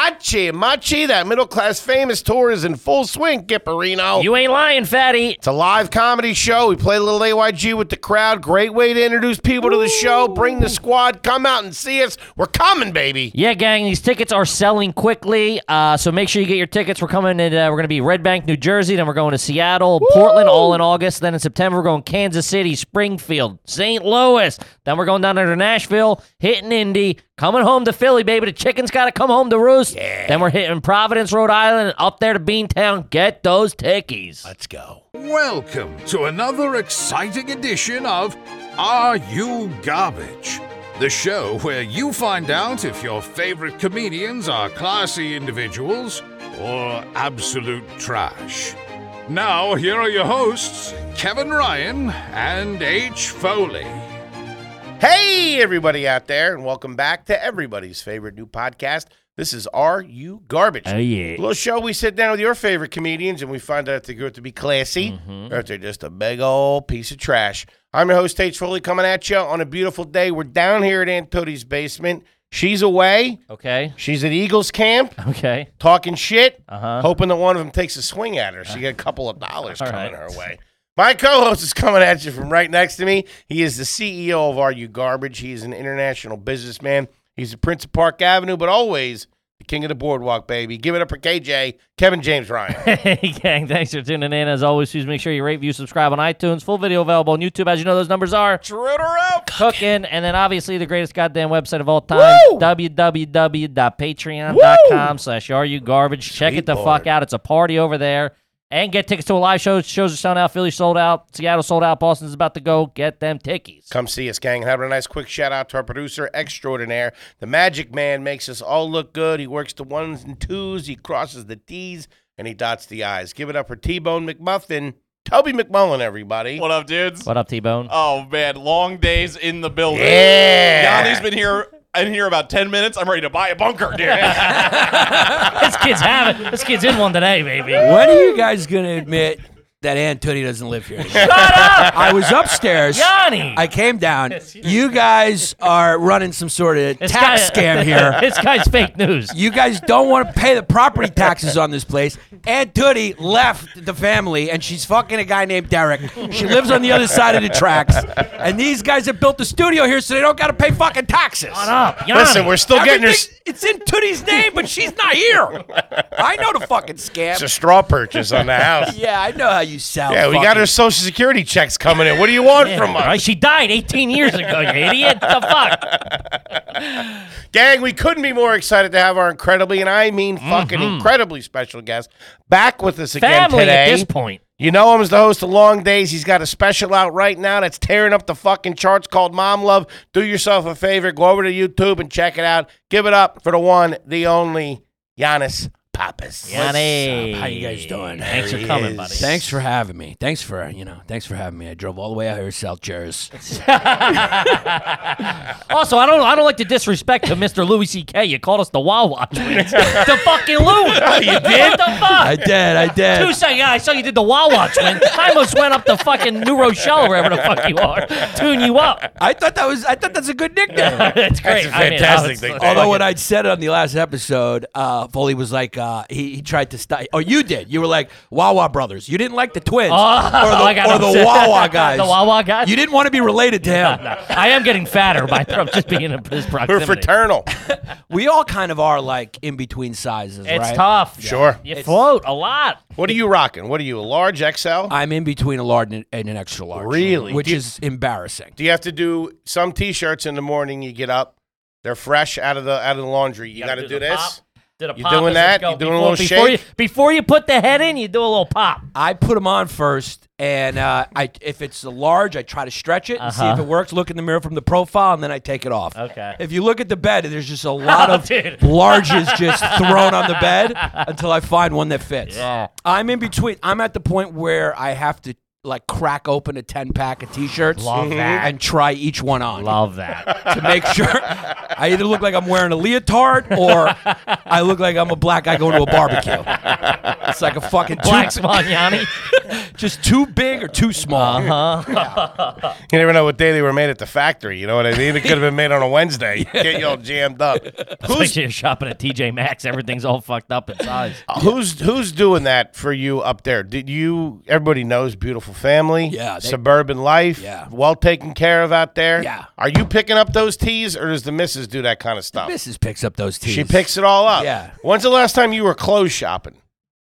Hachi Machi, that middle class famous tour is in full swing, Gipperino. You ain't lying, fatty. it's a live comedy show. We play a little AYG with the crowd. Great way to introduce people to the show. Bring the squad. Come out and see us. We're coming, baby. Yeah, gang, these tickets are selling quickly, uh, so make sure you get your tickets. We're coming in, uh, we're going to be Red Bank, New Jersey, then we're going to Seattle, Portland, all in August. Then in September, we're going Kansas City, Springfield, St. Louis. Then we're going down there to Nashville, hitting Indy, coming home to Philly, baby. The chicken's got to come home to roost. Then we're hitting Providence, Rhode Island, and up there to Beantown. Get those tickies. Let's go. Welcome to another exciting edition of Are You Garbage? The show where you find out if your favorite comedians are classy individuals or absolute trash. Now, here are your hosts, Kevin Ryan and H. Foley. Hey, everybody out there, and welcome back to everybody's favorite new podcast. This is Are You Garbage? Oh, yeah. little show we sit down with your favorite comedians and we find out if they're good to be classy or if they're just a big old piece of trash. I'm your host, Tate Foley, coming at you on a beautiful day. We're down here at Aunt Tootie's basement. She's away. Okay. She's at Eagles camp Okay. talking shit, Uh-huh. hoping that one of them takes a swing at her. She got a couple of dollars All coming right. her way. My co-host is coming at you from right next to me. He is the CEO of Are You Garbage. He is an international businessman. He's the Prince of Park Avenue, but always the king of the boardwalk, baby. Give it up for KJ, Kevin James Ryan. Hey, gang, thanks for tuning in. As always, please make sure you rate, view, subscribe on iTunes. Full video available on YouTube. As you know, those numbers are cooking. And then, obviously, the greatest goddamn website of all time, Woo! www.patreon.com Woo! slash are you garbage. Check it the Sweet fuck Lord. out. It's a party over there. And get tickets to a live show. Shows are selling out. Philly's sold out. Seattle sold out. Boston's about to go. Get them tickies. Come see us, gang. Have a nice quick shout out to our producer extraordinaire. The magic man makes us all look good. He works the ones and twos, he crosses the T's, and he dots the I's. Give it up for T Bone McMuffin, Toby McMullen, everybody. What up, dudes? What up, T-Bone? Oh man, long days in the building. Yeah. Yanni's been here in here about ten minutes. I'm ready to buy a bunker, dude. this kid's having. This kid's in one today, baby. When are you guys going to admit that Aunt Tootie doesn't live here? anymore? I was upstairs. Yanni! I came down. You guys are running some sort of This tax guy- uh, scam here. this guy's fake news. You guys don't want to pay the property taxes on this place. Aunt Tootie left the family, and she's fucking a guy named Derek. She lives on the other side of the tracks, and these guys have built a studio here, so they don't got to pay fucking taxes. Shut up, Yanni. Listen, we're still getting her. Everything- It's in Tootie's name, but she's not here. I know the fucking scam. It's a straw purchase on the house. yeah, Yeah, I know how you sound. we got her fucking- social security checks coming in. What do you want Yeah, from us? right? She died 18 years ago, you idiot. The fuck? Gang, we couldn't be more excited to have our incredibly, and I mean fucking incredibly special guest back with us again Mm-hmm. Family today. at this point. You know him as the host of Long Days. He's got a special out right now that's tearing up the fucking charts called Mom Love. Do yourself a favor, go over to YouTube and check it out. Give it up for the one, the only Giannis Pappas. Yanni. How you guys doing? Thanks for There he coming, is. buddy. Thanks for having me. Thanks for you know. Thanks for having me. I drove all the way out here to South Jersey. Also, I don't I don't like to disrespect to Mr. Louis C.K. You called us the Wawa twins. the fucking Louis. Oh, you did? What the I fuck? did. I Two did. seconds. Yeah, I saw you did the Wawa twins. I almost went up to fucking New Rochelle, wherever the fuck you are. Tune you up. I thought that was. I thought that's a good nickname. That's great. a I mean, I fantastic was- thing. Although when I said it on the last episode, uh, Foley was like, uh, he, he tried to stop. Oh, you did. You were like Wawa brothers. You didn't like the twins or the, I got or the upset. Wawa guys. The Wawa guys? You didn't want to be related to him. I am getting fatter by from just being in this proximity. We're fraternal. We all kind of are like in between sizes, It's right? tough. Sure. You float a lot. What are you rocking? What are you, a large XL? I'm in between a large and and an extra large. Really? Which Do you- is embarrassing. Do you have to do some T-shirts in the morning? You get up, they're fresh out of the out of the laundry. You got to do, the this. pop, do the You pop doing as it that? go. You doing a before, little before shake? You, before you put the head in, you do a little pop. I put them on first, and uh, I if it's a large, I try to stretch it and see if Uh-huh. it works. Look in the mirror from the profile, and then I take it off. Okay. If you look at the bed, there's just a lot Oh, of dude. larges just thrown on the bed until I find one that fits. Yeah. I'm in between. I'm at the point where I have to like crack open a ten pack of t-shirts Love that. and try each one on Love that. to make sure I either look like I'm wearing a leotard or I look like I'm a black guy going to a barbecue. It's like a fucking Black two, Smagnani. just too big or too small. Uh-huh. Uh-huh. You never know what day they were made at the factory. You know what I mean? It could have been made on a Wednesday. Get you all jammed up. Like Who's you're shopping at TJ Maxx. Everything's all fucked up in size. Oh, who's who's doing that for you up there? Did you? Everybody knows beautiful family. Yeah, they- suburban life. Yeah. well taken care of out there. Yeah. Are you picking up those teas, or does the missus do that kind of stuff? Mrs. picks up those teas. She picks it all up. Yeah. When's the last time you were clothes shopping?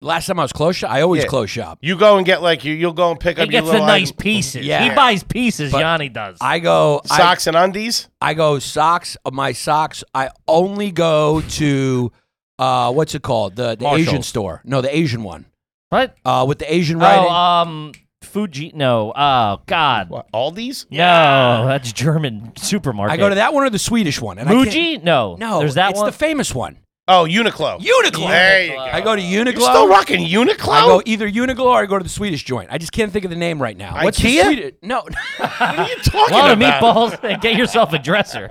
Last time I was close shop, I always Yeah. close shop. You go and get like you. You'll go and pick He up your gets the little nice item- pieces. He Yeah. buys pieces. Yanni does. I go I- socks and undies. I go socks. uh, My socks. I only go to uh, what's it called? The, the Asian Marshalls. store. No, the Asian one what? uh, with the Asian writing. Oh, um, Fuji. No. Oh, God. What? Aldi's. No, that's German supermarket. I go to that one or the Swedish one. And I can't- Muji? No. No, There's that it's one. the famous one. Oh, Uniqlo. Uniqlo. There you go. I go to Uniqlo. You're still rocking Uniqlo. I go either Uniqlo or I go to the Swedish joint. I just can't think of the name right now. What's the Ikea? Swedish? No. what are you talking a lot of about? meatballs. and Get yourself a dresser.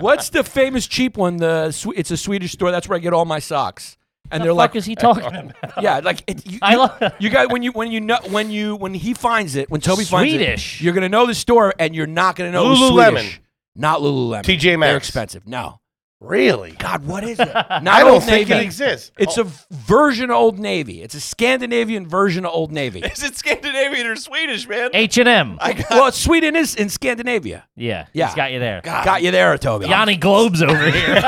What's the famous cheap one? The Swe- it's a Swedish store. That's where I get all my socks. And they're the like, fuck is he talking about? yeah, like it, you, I you, love- you got when you when you know when you when he finds it when Toby finds Swedish. it, you're gonna know the store and you're not gonna know it was Lululemon. Swedish. Not Lululemon. TJ Maxx. They're expensive. No. Really? God, what is it? Not I don't Old think Navy. it exists. It's a version of Old Navy. It's a Scandinavian version of Old Navy. Is it Scandinavian or Swedish, man? H and M. well, Sweden is in Scandinavia. Yeah. Yeah. He's got you there. Got you there, Toby. Yanni Globes over here.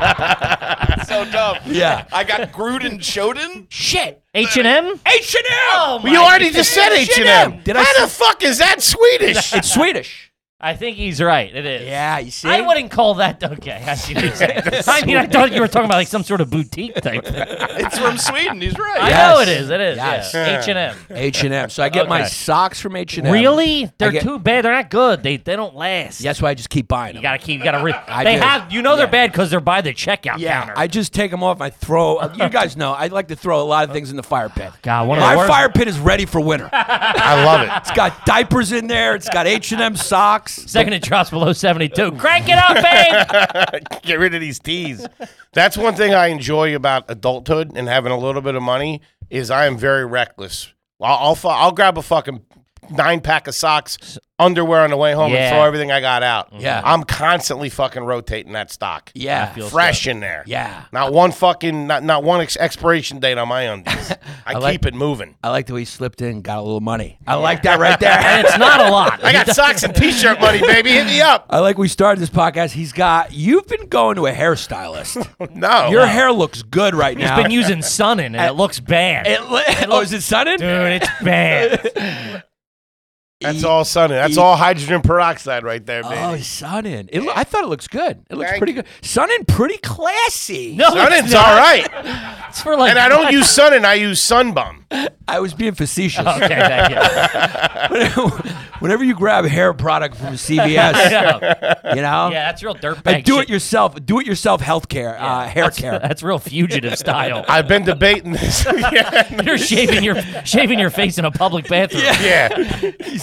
It's so dumb. Yeah. I got Gruden Shoden. Shit. H and M. H and Oh M. You already just said H and M. Did I How the say- fuck is that Swedish? It's Swedish. I think he's right. It is. Yeah, you see. I wouldn't call that okay. I, see what you're saying. I mean, I thought you were talking about like some sort of boutique type. thing. It's from Sweden. He's right. I Yes. know it is. It is. Yes. Yeah. H and M. H and M. So I get my Okay. socks from H and M. Really? They're get- too bad. They're not good. They they don't last. That's why I just keep buying them. You gotta keep. You gotta. Re- I they do. have. You know they're bad because they're by the checkout yeah. counter. I just take them off. I throw. uh, You guys know I like to throw a lot of things in the fire pit. God, one of My the worst. fire pit is ready for winter. I love it. It's got diapers in there. It's got H and M socks. Second it drops below 72. Crank it up, babe! Get rid of these teas. That's one thing I enjoy about adulthood and having a little bit of money is I am very reckless. I'll I'll, fu- I'll grab a fucking nine pack of socks, underwear on the way home, Yeah. and throw everything I got out. Yeah. I'm constantly fucking rotating that stock. Yeah. feel- Fresh in there. Yeah. Not one fucking not not one ex- expiration date on my undies. I, like- keep it moving. I like the way he slipped in, got a little money. I like that right there. and it's not a lot. I got socks and t-shirt money, baby. Hit me up. I like we started this podcast. He's got. You've been going to a hairstylist. No. Your hair looks good right now. Oh, He's been using sun in it. It looks bad. It li- oh, is it sudden? Dude, it's bad. That's all sun. in. That's all hydrogen peroxide right there, baby. Oh, it's sudden. It lo- I thought it looks good. It looks Thank pretty you. good. Sudden, pretty classy. No, Sunnin's it's all not. right. It's for like. And I don't use sun and I use sunbum. I was being facetious. Okay, thank you. Whenever you grab hair product from CVS, Yeah, you know, yeah, that's real dirtbag. and do it shit. yourself. Do it yourself healthcare, uh, hair care. That's real fugitive style. I've been debating this. yeah. You're shaving your shaving your face in a public bathroom. yeah.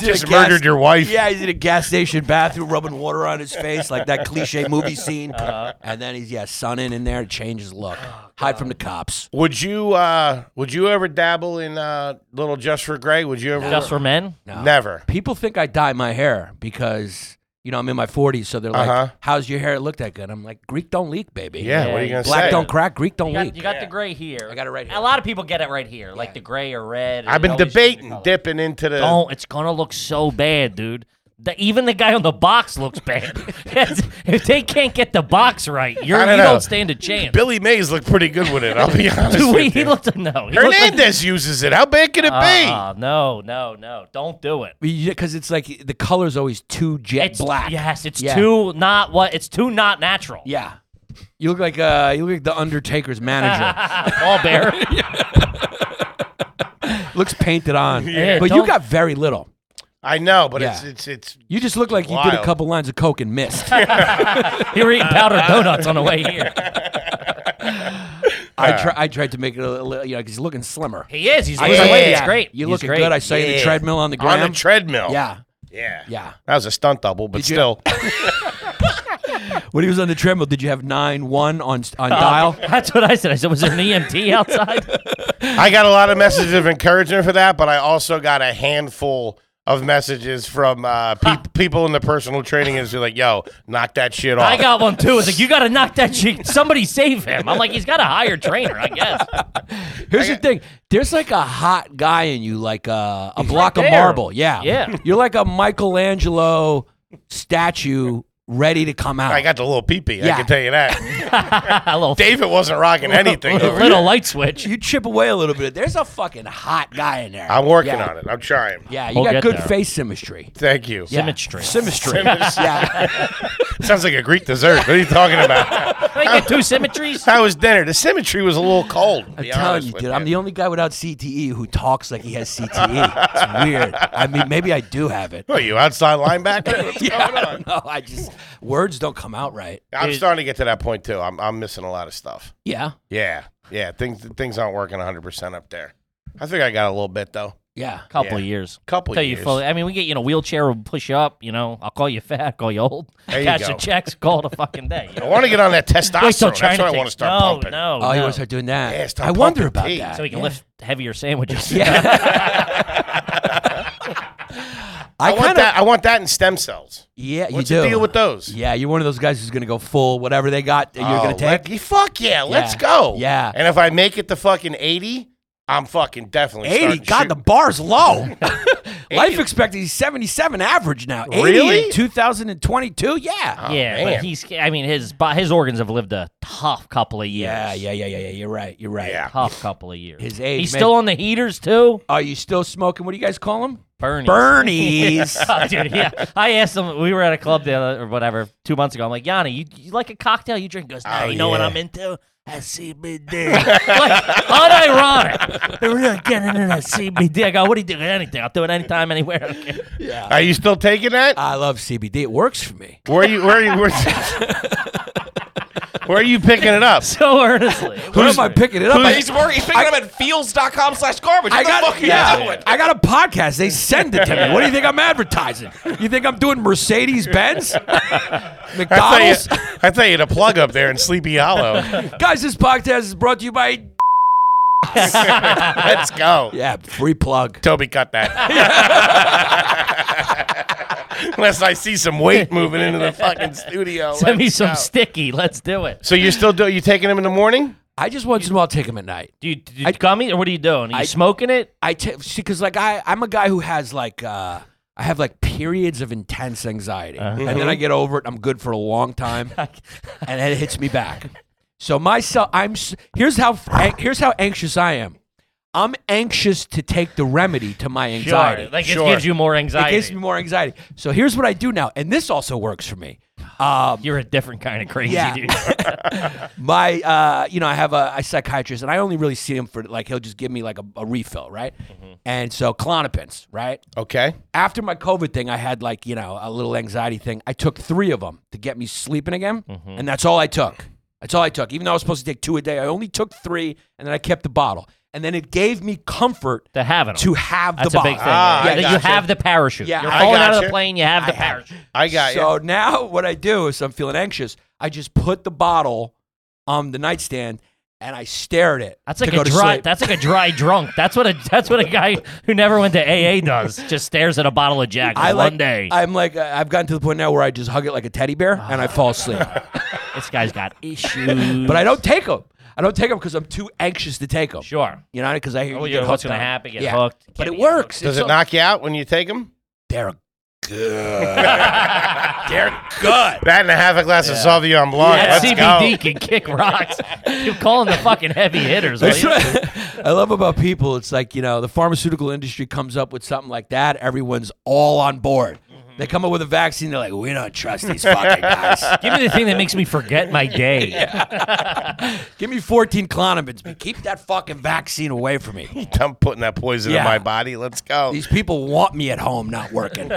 Just a gas- murdered your wife. Yeah, he's in a gas station bathroom, rubbing water on his face like that cliche movie scene, and then he's yeah, sunning in there to change his look, hide from the cops. Would you uh would you ever dabble in uh little just for gray? Would you ever Just for men. Never. people think I dye my hair because you know I'm in my 40s, so they're like, Uh-huh. "How's your hair look that good?" I'm like, "Greek don't leak, baby. Yeah, Yeah, what are you you gonna black say? don't crack, Greek don't You got, leak." you got the gray here. I got it right here. A lot of people get it right here, like the gray or red. I've They been always change the debating color. dipping into the Don't. Oh, It's gonna look so bad, dude. The, even the guy on the box looks bad. That's- if they can't get the box right, you're, I don't you know. don't stand a chance. Billy Mays looked pretty good with it, I'll be honest. Dude, with he you. looked no. He looked like- Hernandez uses it. How bad could it be? Uh, no, no, no. Don't do it. because it's like the color's always too jet It's black. Yes, it's Yeah. too not what. It's too not natural. Yeah, you look like uh, you look like the Undertaker's manager. All bear. Looks painted on, Yeah, but you don't- got very little. I know, but Yeah. it's it's it's You just look like you did a Wild. couple lines of coke and missed. you were eating powdered donuts on the way here. I, try, I tried to make it a little, you know, because he's looking slimmer. He is. He's I losing said, weight. yeah, It's great. You He's looking great. good. I saw you in the Yeah. treadmill on the on ground. the treadmill. Yeah, yeah, yeah. That was a stunt double, but Did you- still. When he was on the treadmill, did you have nine one on on dial? That's what Uh, I said. I said, was there an EMT outside? I got a lot of messages of encouragement for that, but I also got a handful of messages from uh, peop people in the personal training industry like, yo, knock that shit off. I got one too. It's like you got to knock that chick. Somebody save him. I'm like, he's got a higher trainer, I guess. Here's the thing. There's like a hot guy in you, like uh, a, a block of there. marble. Yeah, Yeah. You're like a Michelangelo statue ready to come out. I got the little pee pee, I Yeah. can tell you that. a little, David wasn't rocking anything. little, over here. little light switch. you chip away a little bit. There's a fucking hot guy in there. I'm working Yeah. on it. I'm trying. Yeah, you We'll got get good there. face symmetry. Thank you. Yeah. Symmetry. Symmetry. Symmetry. yeah. Sounds like a Greek dessert. What are you talking about? I get two symmetries. How was dinner? The symmetry was a little cold. to I'm be telling honest you, with dude. I'm the only guy without CTE who talks like he has CTE. it's weird. I mean, maybe I do have it. What are you outside linebacker? What's Yeah, I going on? don't know. I just words don't come out right. I'm starting to get to that point too. I'm I'm missing a lot of stuff. Yeah. Yeah, yeah. Things things aren't working 100 percent up there. I think I got a little bit though. Yeah. Couple Yeah. of years. Couple Tell years. you, fully, I mean, we get you in a wheelchair, we'll push you up. You know, I'll call you fat, call you old, There you cash go. the checks, call it a fucking day. You I know? want to get on that Wait testosterone. till That's China what I takes- want to start no, pumping. No, Oh, you no. want to start doing that? Yeah, start I wonder pumping about tea. that. so we can Yeah. lift heavier sandwiches. I, I, want kind of. that. I want that in stem cells. Yeah, you What's do. the deal with those? Yeah, you're one of those guys who's gonna go full whatever they got. That you're Oh, gonna take. let- fuck yeah, let's go. Yeah. And if I make it to fucking 80, I'm fucking definitely Eighty. starting to God, shoot. the bar's low. Life expectancy is 77 average now. 80 Really? Oh. in 2022. Yeah. yeah, man. but he's. I mean, his bo- his organs have lived a tough couple of years. Yeah, yeah, yeah, yeah, yeah. You're right. You're right. Yeah. Tough couple of years. His age, He's man. still on the heaters too. Are you still smoking? What do you guys call them? Bernie. Bernies. Oh, dude, yeah. I asked him. We were at a club the other, or whatever two months ago. I'm like, Yanni, you, you like a cocktail you drink? He goes, no, Oh, you know what yeah. I'm into? A CBD. like, unironic. They're really getting into that CBD. I go, what do you do? Anything. I'll do it anytime, anywhere. I don't care." Are you still taking that? I love CBD. It works for me. where are you? Where are you? Where, where are you picking it up? So earnestly. What am I picking it up? I, He's, working, he's picking I- up at fields.com slash garbage. I What the got, fuck are you doing? yeah, I got a podcast. They send it to me. What do you think I'm advertising? You think I'm doing Mercedes Benz? I thought, McDonald's? you, I thought you had a plug up there in Sleepy Hollow. Guys, this podcast is brought to you by. Let's go. Yeah, free plug. Toby, cut that. Unless I see some weight moving into the fucking studio. Send me Let's some go. sticky. Let's do it. so you're still doing? You taking them in the morning? I just once in a while take them at night. Do you, do you gummy or what are you doing? Are you I- smoking it? I take see because like I I'm a guy who has like uh I have like periods of intense anxiety Uh-huh. and then I get over it. I'm good for a long time, and then it hits me back. So myself, I'm s- here's how an- here's how anxious I am. I'm anxious to take the remedy to my anxiety. Like Sure. it gives you more it anxiety. gives me more anxiety. So here's what I do now, and this also works for me. Um, You're a different kind of crazy Yeah. dude. my uh, you know i have a, a psychiatrist and i only really see him for like he'll just give me like a, a refill right and so clonopins right Mm-hmm. Okay. after my covid thing i had like you know a little anxiety thing i took three of them to get me sleeping again Mm-hmm. and that's all i took that's all i took even though i was supposed to take two a day i only took three and then i kept the bottle and then it gave me comfort to have it. to have That's the a bottle big thing. Ah, right? I That you gotcha. have the parachute. Yeah, You're I falling out of gotcha. the plane. You have the I have it. parachute. I got so now what I do is I'm feeling anxious. I just put the bottle on the nightstand and I stare at it. That's to like go a to dry. sleep. That's like a dry drunk. That's what a. That's what a guy who never went to AA does. Just stares at a bottle of Jack I one like, day. I'm like uh, I've gotten to the point now where I just hug it like a teddy bear and I fall asleep. this guy's got issues. but I don't take them. I don't take them because I'm too anxious to take them. sure. You know, because I hear Oh, you you get know what's hooked gonna on 'em. happen, get yeah. hooked, But get it me hooked. works. Does It's it so- knock you out when you take them? They're good. They're good. That and a half a glass of Sauvignon Blanc. That Let's CBD go. can kick rocks. You're calling the fucking heavy hitters. will That's you? what I love about people. It's like, you know, the pharmaceutical industry comes up with something like that. Everyone's all on board. Mm-hmm. They come up with a vaccine. They're like, we don't trust these fucking guys. Give me the thing that makes me forget my day. Give me 14 clonopins, but keep that fucking vaccine away from me. I'm putting that poison in Yeah. my body. Let's go. These people want me at home not working.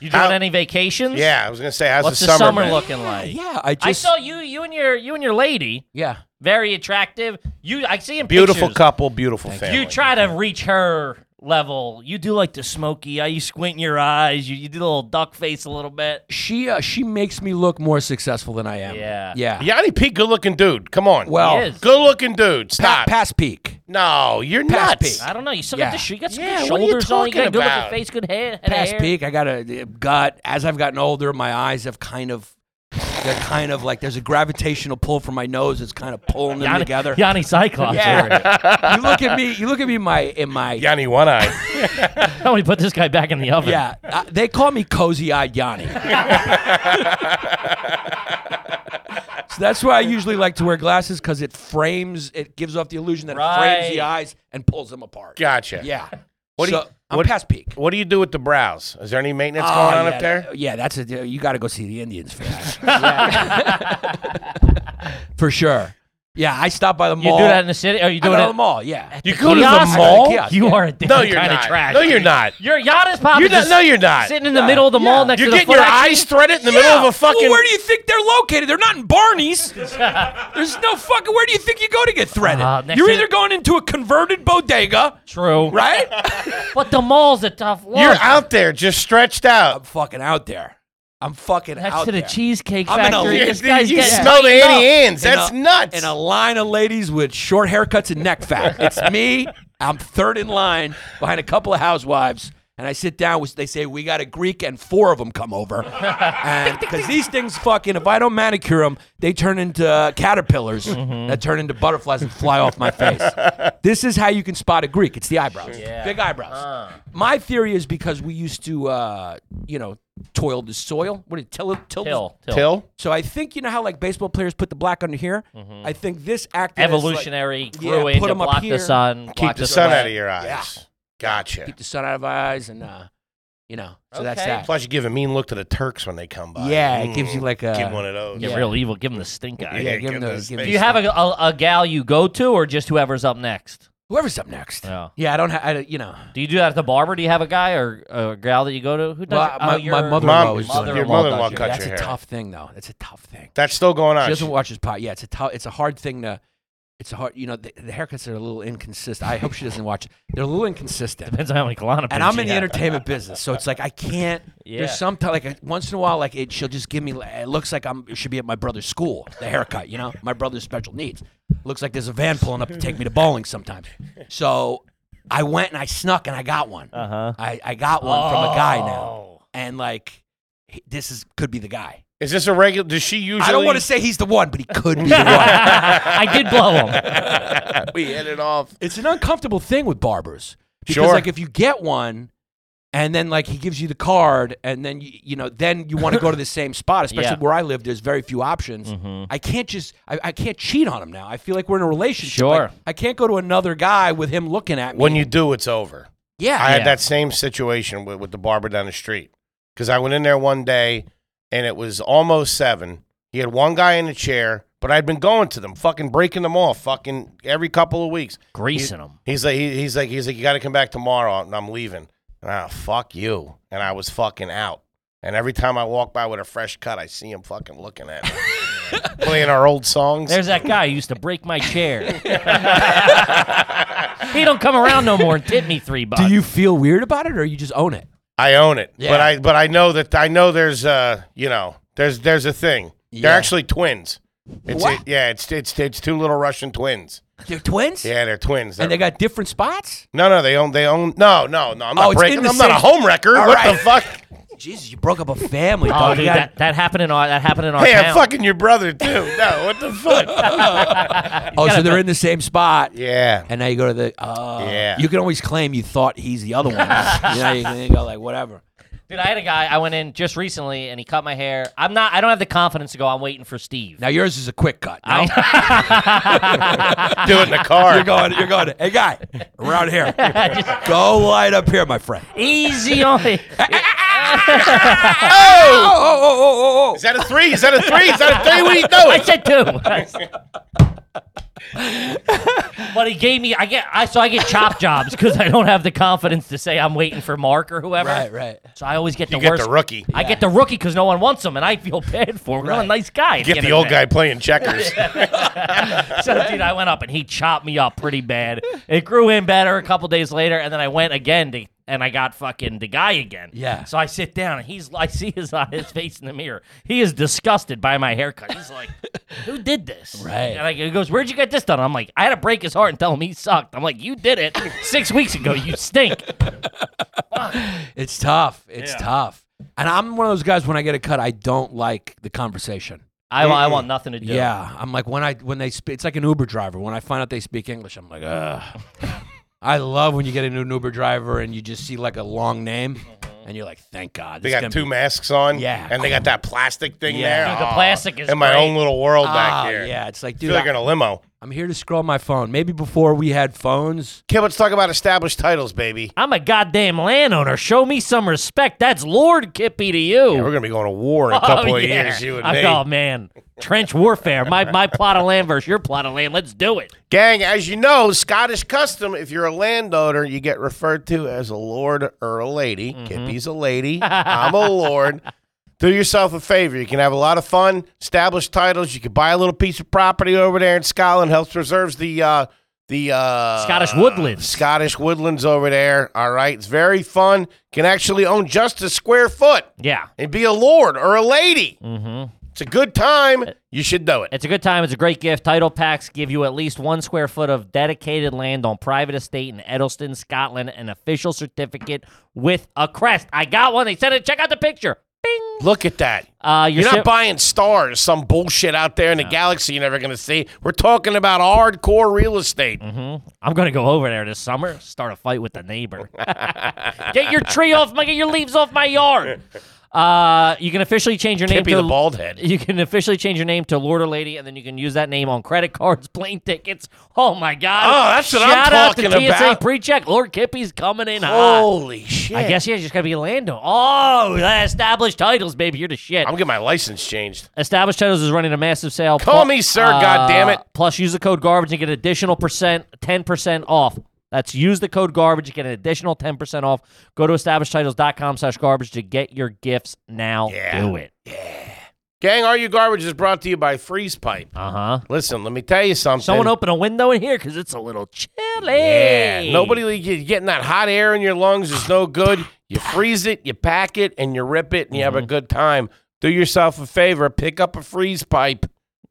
You doing How- any vacations? Yeah, I was gonna say, how's What's the the summer, summer been? looking like? yeah, I I just. saw you, you and your, you and your lady yeah. very attractive. You, I see in Beautiful pictures. couple, beautiful family. You try to reach her level. You do like the smoky eye. You squint your eyes. You, you do the little duck face a little bit. She uh, she makes me look more successful than I am. Yeah. Yeah. Yanni P, good looking dude. Come on. Well, He is. good looking dude. pa- Stop. past peak. no, you're Pass nuts. Pete. I don't know. You still Yeah. got the sh- you got some Yeah, good what are you shoulders on. You got a talking good looking about? face, good head, head of Past hair. peak. I got a uh, gut. As I've gotten older, my eyes have kind of. They're kind of like there's a gravitational pull from my nose. It's kind of pulling them Yanni, together. Yanni Cyclops. over Yeah. you look at me. You look at me. In my in my. Yeah. Yanni One Eye. here. Let me put this guy back in the oven. Uh, they call me Cozy Eyed Yanni. so that's why I usually like to wear glasses because it frames. It gives off the illusion that it frames Right. the eyes and pulls them apart. Gotcha. Yeah. What do so, you- I'm what- past peak. What do you do with the brows? Is there any maintenance Oh, going on yeah, up there? Yeah, that's a, you got to go see the Indians for that. Yeah. for sure. Yeah, I stopped by the You mall. do that in the city? Are you I go doing to it? the mall. Yeah. You go to the Kiosk? mall? Kiosk. You yeah. are a different No, you're kind not. of trash. No, you're not. You're Giannis Papa's You're not- just no, you're not. Sitting in the middle of the mall next You're to the getting your flash. eyes threaded in the middle of a fucking. Well, where do you think they're located? They're not in Barney's. There's no fucking. Where do you think you go to get threaded? Uh-huh, Uh, next You're to- either going into a converted bodega, True. right? But the mall's a tough one. are out there, just stretched I'm out. fucking out there. I'm fucking next out to the there. cheesecake I'm in a- factory. Yeah, This dude, guy's you getting smell the tightened up. Annie Ann's. in That's a- nuts. In a line of ladies with short haircuts and neck fat. It's me. I'm third in line behind a couple of housewives. And I sit down. with- They say we got a Greek, and four of them come over. Because these things, fucking, if I don't manicure them, they turn into caterpillars Mm-hmm. that turn into butterflies and fly off my face. This is how you can spot a Greek. It's the eyebrows, big eyebrows. Uh. Uh, My theory is because we used to, uh, you know, toil the soil. What did till till, Till, till. Till so I think you know how like baseball players put the black under here. I think this act as, like, Mm-hmm. Evolutionary Yeah, grew in put to 'em up block here. the sun. keep block the sun sweat. out of your eyes. Yeah. Gotcha. keep the sun out of eyes, and uh, you know, so that's Okay. that. Plus, you give a mean look to the Turks when they come by. Yeah, it gives you uh, Mm, like a- give one of those. Get real evil. Give him the stink eye. Yeah, give him the- those give him things. Do you have a, a, a gal you go to, or just whoever's up next? Whoever's up next. Yeah. I don't have. You know, Do you do that at the barber? Do you have a guy or a gal that you go to? Who does Well, it? my- oh, my your mother-in-law Mom, was doing it. your mother-in-law mother-in-law does it. cut that's your a hair. tough thing, though. That's a tough thing. That's still going She on. doesn't watch his pot. Yeah, it's a tough. It's a hard thing to. It's a hard. You know, the, the haircuts are a little inconsistent. I hope she doesn't watch. it. They're a little inconsistent. Depends on how many Klonopins and I'm in the you have. entertainment business, so it's like I can't. Yeah. There's sometimes like uh, once in a while, like it, she'll just give me. like, It looks like I'm it should be at my brother's school. The haircut, you know, my brother's special needs. Looks like there's a van pulling up to take me to bowling sometimes. So I went and I snuck and I got one. Uh-huh. I I got one from a guy Oh. now, and like he- this is could be the guy. Is this a regular? Does she usually? I don't want to say he's the one, but he could be the one. I did blow him. we hit it off. it's an uncomfortable thing with barbers because Sure. like if you get one and then like he gives you the card and then you, you know then you want to go to the same spot especially Yeah. Mm-hmm. where i live there's very few options i can't just I, I can't cheat on him now i feel like we're in a relationship Sure. Like, i can't go to another guy with him looking at me When you do, it's over. yeah I Yeah. had that same situation with, with the barber down the street because I went in there one day and it was almost seven. He had one guy in a chair, but I'd been going to them, fucking breaking them off, fucking every couple of weeks. Greasing him. He's like, he, he's like, he's like, you got to come back tomorrow, and I'm leaving. And I, fuck you. And I was fucking out. And every time I walk by with a fresh cut, I see him fucking looking at me, playing our old songs. There's that guy who used to break my chair. he don't come around no more and tip me three bucks. do you feel weird about it or you just own it I own it, Yeah. but I but I know that I know there's uh you know there's there's a thing. They're Yeah. actually twins. It's it- What? yeah, it's it's it's two little Russian twins. they're twins Yeah, they're twins. and they They're- got different spots no, no, they own they own. No, no, no. I'm not Oh, it's breaking. in I'm the not a same- home wrecker. All What right. the fuck? jesus you broke up a family Oh, dog. dude, You got- that, that happened in our that happened in our Hey, town. I'm fucking your brother too. No, what the fuck? oh so they're in the same spot yeah, And now you go to the. Oh, Yeah. You can always claim you thought he's the other one. you know, you can go like whatever. Dude, I had a guy I went in just recently and he cut my hair. I'm not I don't have the confidence to go. I'm waiting for Steve. Now yours is a quick cut. do No? it in the car. you're going. You're going. Hey guy, around here. go light up here, my friend. Easy on it. Oh, oh, oh, oh, oh, Is that a three? Is that a three? Is that a three? What are you doing? I said two. But he gave me I get I so I get chop jobs because I don't have the confidence to say I'm waiting for Mark or whoever. Right, oh. right. So I always get the You get worst. the rookie. I get the rookie because no one wants him, and I feel bad for him. I'm a nice guy. at Get end the of old day. guy playing checkers. so dude, I went up and he chopped me up pretty bad. It grew in better a couple days later, and then I went again to, and I got fucking the guy again. Yeah. So I sit down and he's I see his uh, his face in the mirror. He is disgusted by my haircut. He's like, "Who did this?" Right. And I, he goes, "Where'd you get this done?" I'm like, "I had to break his heart and tell him he sucked." I'm like, "You did it six weeks ago. You stink." It's tough. It's tough. And I'm one of those guys when I get a cut, I don't like the conversation. I, I want nothing to do. Yeah, I'm like when I when they speak, it's like an Uber driver. When I find out they speak English, I'm like, ugh. I love when you get a new Uber driver and you just see like a long name, and you're like, thank God. They this got can two be- masks on. Yeah. And they got that plastic thing Yeah. there. Dude, the Oh, plastic is In my great. own little world Ah, back here. yeah, it's like, I dude, feel like in I, a limo. I'm here to scroll my phone. Maybe before we had phones. Okay, let's talk about established titles, baby. I'm a goddamn landowner. Show me some respect. That's Lord Kippy to you. Oh, We're gonna be going to war in a couple of years, you and I- me. Oh man, trench warfare. My my plot of land versus your plot of land. Let's do it. Gang, as you know, Scottish custom, if you're a landowner, you get referred to as a lord or a lady. Mm-hmm. Kippy's a lady. I'm a lord. Do yourself a favor. You can have a lot of fun, establish titles. You can buy a little piece of property over there in Scotland. Helps preserves the uh, the uh, Scottish woodlands. Scottish woodlands over there. All right, it's very fun. Can actually own just a square foot Yeah, and be a lord or a lady. Mm-hmm. It's a good time. Uh, You should do it. it's a good time. It's a great gift. Title packs give you at least one square foot of dedicated land on private estate in Edelston, Scotland. An official certificate with a crest. I got one. They sent it. Check out the picture. Bing. Look at that. Uh, your You're ship- not buying stars, some bullshit out there in the galaxy you're never going to see. We're talking about hardcore real estate. Mm-hmm. I'm gonna go over there this summer, start a fight with the neighbor. get your tree off my, get your leaves off my yard. Uh, you can officially change your name Can't be to the bald head. You can officially change your name to Lord or Lady, and then you can use that name on credit cards, plane tickets. Oh my God! Oh, that's what I'm Shout out talking to TSA about. pre-check. Lord Kippy's coming in hot. Holy shit. I guess yeah, you just gotta be a Lando. Oh, that established titles, baby. You're the shit. I'm getting my license changed. Established Titles is running a massive sale. Uh, Call me sir, goddammit. Plus, use the code garbage and get an additional percent, 10% off. That's use the code garbage and get an additional 10% off. Go to establishedtitles.com slash garbage to get your gifts now. Yeah. Do it. Gang, Are You Garbage is brought to you by Freeze Pipe. Uh huh. Listen, let me tell you something. Someone open a window in here because it's a little chilly. Yeah, nobody get- getting that hot air in your lungs is no good. You freeze it, you pack it, and you rip it, and you have a good time. Do yourself a favor, pick up a freeze pipe,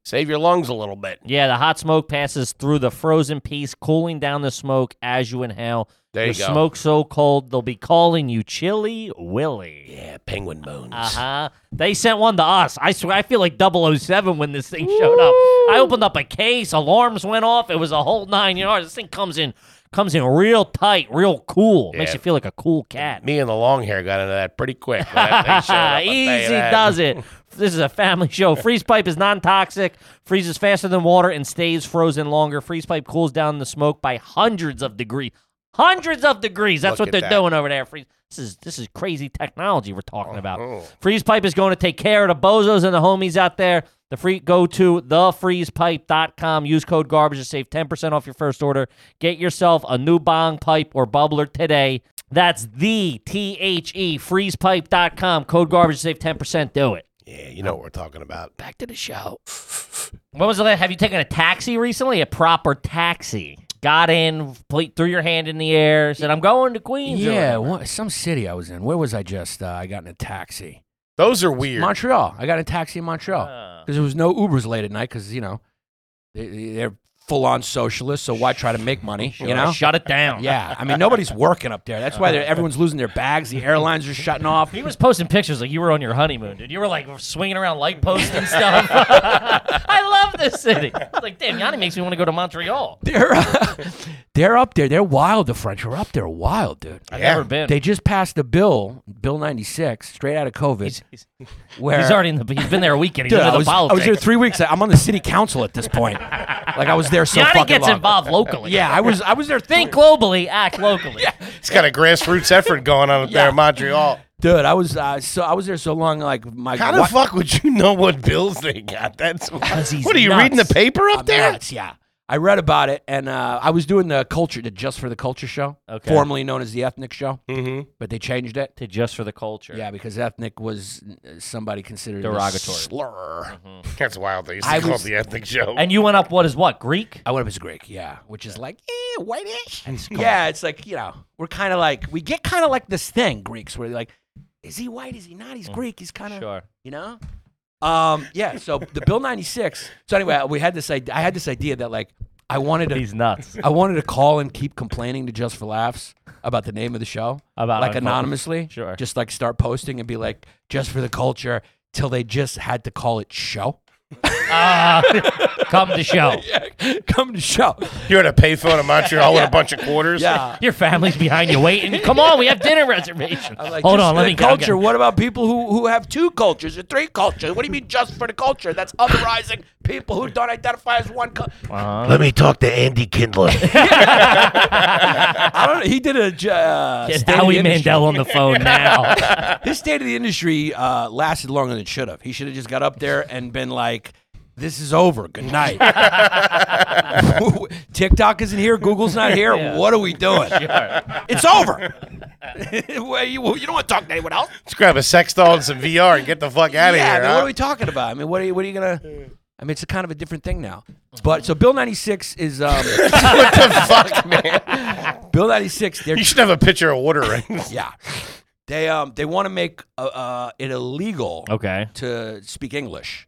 save your lungs a little bit. Yeah, the hot smoke passes through the frozen piece, cooling down the smoke as you inhale. There Your you go. smoke so cold, they'll be calling you Chilly Willy. Yeah, penguin bones. Uh huh. They sent one to us. I swear, I feel like 007 when this thing showed up. I opened up a case, alarms went off. It was a whole nine yards. This thing comes in, comes in real tight, real cool. Makes Yeah. you feel like a cool cat. Me and the long hair got into that pretty quick. when that thing showed up, I'll tell you Easy that. does it. This is a family show. Freeze pipe is non toxic, freezes faster than water, and stays frozen longer. Freeze pipe cools down the smoke by hundreds of degrees. Hundreds of degrees. That's Look what at they're that. doing over there. Freeze. This is this is crazy technology we're talking Oh. about. Freeze pipe is going to take care of the bozos and the homies out there. The free go to thefreezepipe.com. Use code garbage to save 10% off your first order. Get yourself a new bong pipe or bubbler today. That's the T H E freezepipe.com. Code garbage to save 10%. Do it. Yeah, you know what we're talking about. Back to the show. When was the last? Have you taken a taxi recently? A proper taxi? Got in, pl- threw your hand in the air, said, "I'm going to Queens." or Yeah, whatever. one, some city I was in. Where was I just? Uh, I got in a taxi. Those are weird. Montreal. I got in a taxi in Montreal. Uh, because there was no Ubers late at night because you know they, they're full on socialists. So why try to make money? You know. shut it down. Yeah, I mean nobody's working up there. That's why they're- everyone's losing their bags. The airlines are shutting off. He was posting pictures like you were on your honeymoon, dude. You were like swinging around light posts and stuff. I love this city. I was like, damn, Yanni makes me want to go to Montreal. They're they're up there. They're wild. The French are up there wild, dude. I've Yeah. never been. They just passed a bill, Bill ninety six, straight out of COVID. he's, where he's already in the. He's been there a weekend. He's Dude, into I, the was, I politics. was there three weeks. I'm on the city council at this point. Like I was there so Yanni fucking gets long. involved locally. Yeah, I was. I was there. Three, Think globally, act locally. It's got a grassroots effort going on up there in Montreal. dude. I was. Uh, so I was there so long. Like my. How the wi- fuck would you know what bills they got? That's what he's are you nuts. reading the paper up I'm there? nuts, yeah. I read about it, and uh, I was doing the culture, the Just for the Culture show, Okay. formerly known as the Ethnic show, Mm-hmm. but they changed it. to just for the culture. Yeah, because ethnic was uh, somebody considered a Derogatory. slur. That's wild. They used I to call was- it the ethnic show. And you went up what is what Greek? I went up as Greek, yeah, which is like eh, whitish. yeah, it's like you know, we're kind of like we get kind of like this thing Greeks where you're like, is he white? Is he not? He's Greek. He's kind of Sure. you know. Um, yeah. So the Bill ninety six. So anyway, we had this. idea. I had this idea that like I wanted to. He's nuts. I wanted to call and keep complaining to Just for Laughs about the name of the show, About like our anonymously. culture. Sure. Just like start posting and be like, Just for the Culture, till they just had to call it show. Ah, come to show. Come to show. You're at a payphone in Montreal with a bunch of quarters. Yeah. Your family's behind you waiting. Come on, we have dinner reservations. I'm like, Hold "Just on, for let the me I'll culture. What about people who, who have two cultures or three cultures? What do you mean just for the culture? That's otherizing people who don't identify as one culture. Let me talk to Andy Kindler. I don't know. He did a ju- uh, Get, State of the Howie Industry. Mandel on the phone now. This state of the industry uh, lasted longer than it should have. He should have just got up there and been like, "This is over. Good night." TikTok isn't here. Google's not here. What are we doing? It's over. Well, you, you don't want to talk to anyone else. Let's grab a sex doll and some VR and get the fuck out of yeah, I here. mean, huh? what are we talking about? I mean, what are you, what are you gonna? I mean, it's a kind of a different thing now. But so Bill ninety six is um, what the fuck, man? Bill ninety six. They're You should have a picture of water rings. yeah, they um they want to make uh, uh, it illegal. Oh. okay. to speak English.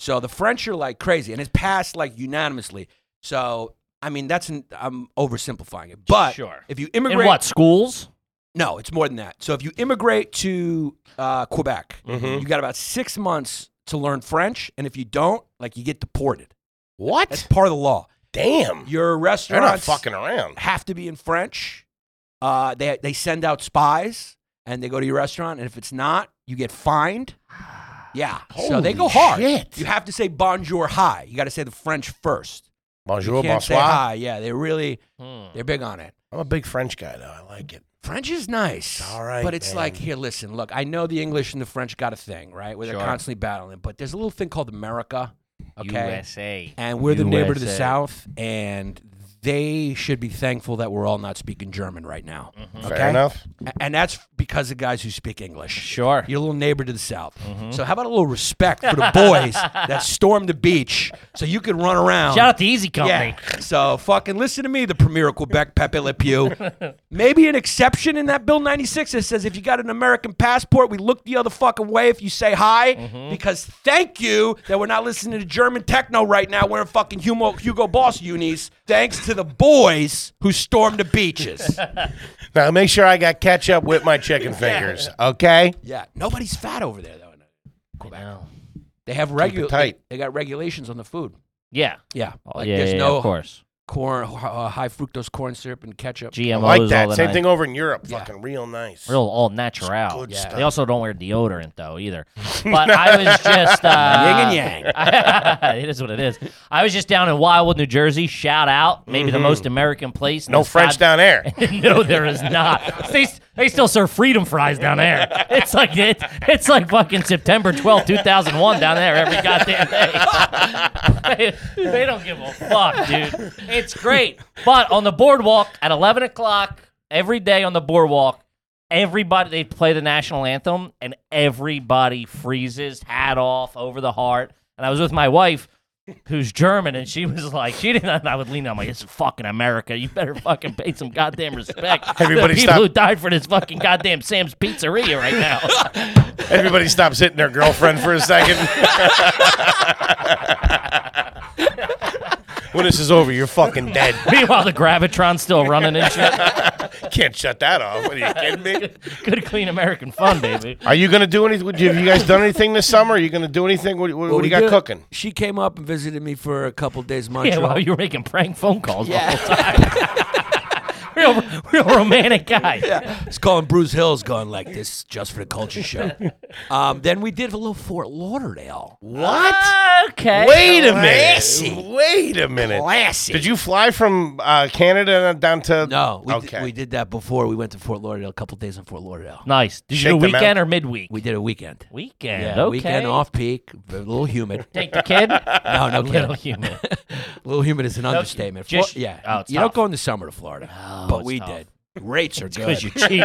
So the French are like crazy, and it's passed like unanimously. So I mean, that's an, I'm oversimplifying it, but Sure. if you In immigrate, what schools? no, it's more than that. So if you immigrate to uh, Quebec, Mhm. you got about six months to learn French, and if you don't, like you get deported. That's What? part of the law. Damn. Your They're not restaurants fucking around. have to be in French. Uh, they they send out spies and they go to your restaurant, and if it's not, you get fined. Yeah, so they Holy go hard. shit. You have to say bonjour, hi. You got to say the French first. You Bonjour, can't say bonsoir. hi. Yeah, they really they're big on it. I'm a big French guy, though. I like it. French is nice, It's all right, but it's like man. here. Listen, look, I know the English and the French got a thing, right? Where Sure. they're constantly battling, but there's a little thing called America, okay? USA. And we're the neighbor to the USA. south, and they should be thankful that we're all not speaking German right now. Fair enough. A- And that's because of guys who speak English. Sure. Your little neighbor to the south. Mm-hmm. So how about a little respect for the boys that stormed the beach so you could run around? Shout out to Easy Company. Yeah. So fucking listen to me, the premier of Quebec, Pepe Le Pew. Maybe an exception in that Bill 96 that says if you got an American passport, we look the other fucking way if you say hi Mm-hmm. because thank you that we're not listening to German techno right now wearing fucking Hugo, Hugo Boss unis thanks to the boys who stormed the beaches. Now, make sure I got ketchup with my chicken fingers, okay? yeah. Nobody's fat over there, though. in Quebec. No. They have regu- tight. They got regulations on the food. Yeah. Yeah. Oh, yeah, there's yeah, no of course. corn, uh, high fructose corn syrup and ketchup. I GMOs like all that. the Same nine- thing over in Europe. Yeah. Fucking real nice. Real all natural. good yeah. stuff. They also don't wear deodorant though either. But I was just uh, Yin and yang. it is what it is. I was just down in Wildwood, New Jersey. Shout out, maybe the most American place. in No this French god- down there. no, there is not. They, they still serve freedom fries down there. It's like it, it's like fucking September twelfth, two 2001 down there every goddamn day. they, they don't give a fuck, dude. It's great. But on the boardwalk at 11 o'clock every day on the boardwalk, everybody, they play the national anthem and everybody freezes, hat off, over the heart. And I was with my wife who's German, and she was like, she didn't. I would lean on my, it's fucking America. You better fucking pay some goddamn respect. to the Everybody people stop. who died for this fucking goddamn Sam's Pizzeria right now. Everybody stops hitting their girlfriend for a second. when this is over, you're fucking dead. Meanwhile, the gravitron's still running and shit. Can't shut that off. What, are you kidding me? Good clean American fun, baby. Are you going to do anything? Have you guys done anything this summer? Are you going to do anything? What, what, what do we you got did- cooking? She came up and visited me for a couple days in Yeah, Montreal. while you were making prank phone calls the whole time. real, real romantic guy. it's calling Bruce Hills, going like this just for the culture show. um, then we did a little Fort Lauderdale. What? Okay. Wait a Classy. minute. Wait a minute. Classy. Did you fly from uh, Canada down to? No, we, okay. did, we did that before. We went to Fort Lauderdale a couple days in Fort Lauderdale. Nice. Did you Shake do them out. weekend or midweek? We did a weekend. weekend. Yeah, okay. weekend off peak, a little humid. Take the kid. No, no little kidding. humid. little humid is an understatement. Flo- just- yeah, oh, it's you tough. don't go in the summer to Florida, but we tough. did. Rates are good. Because you're cheap.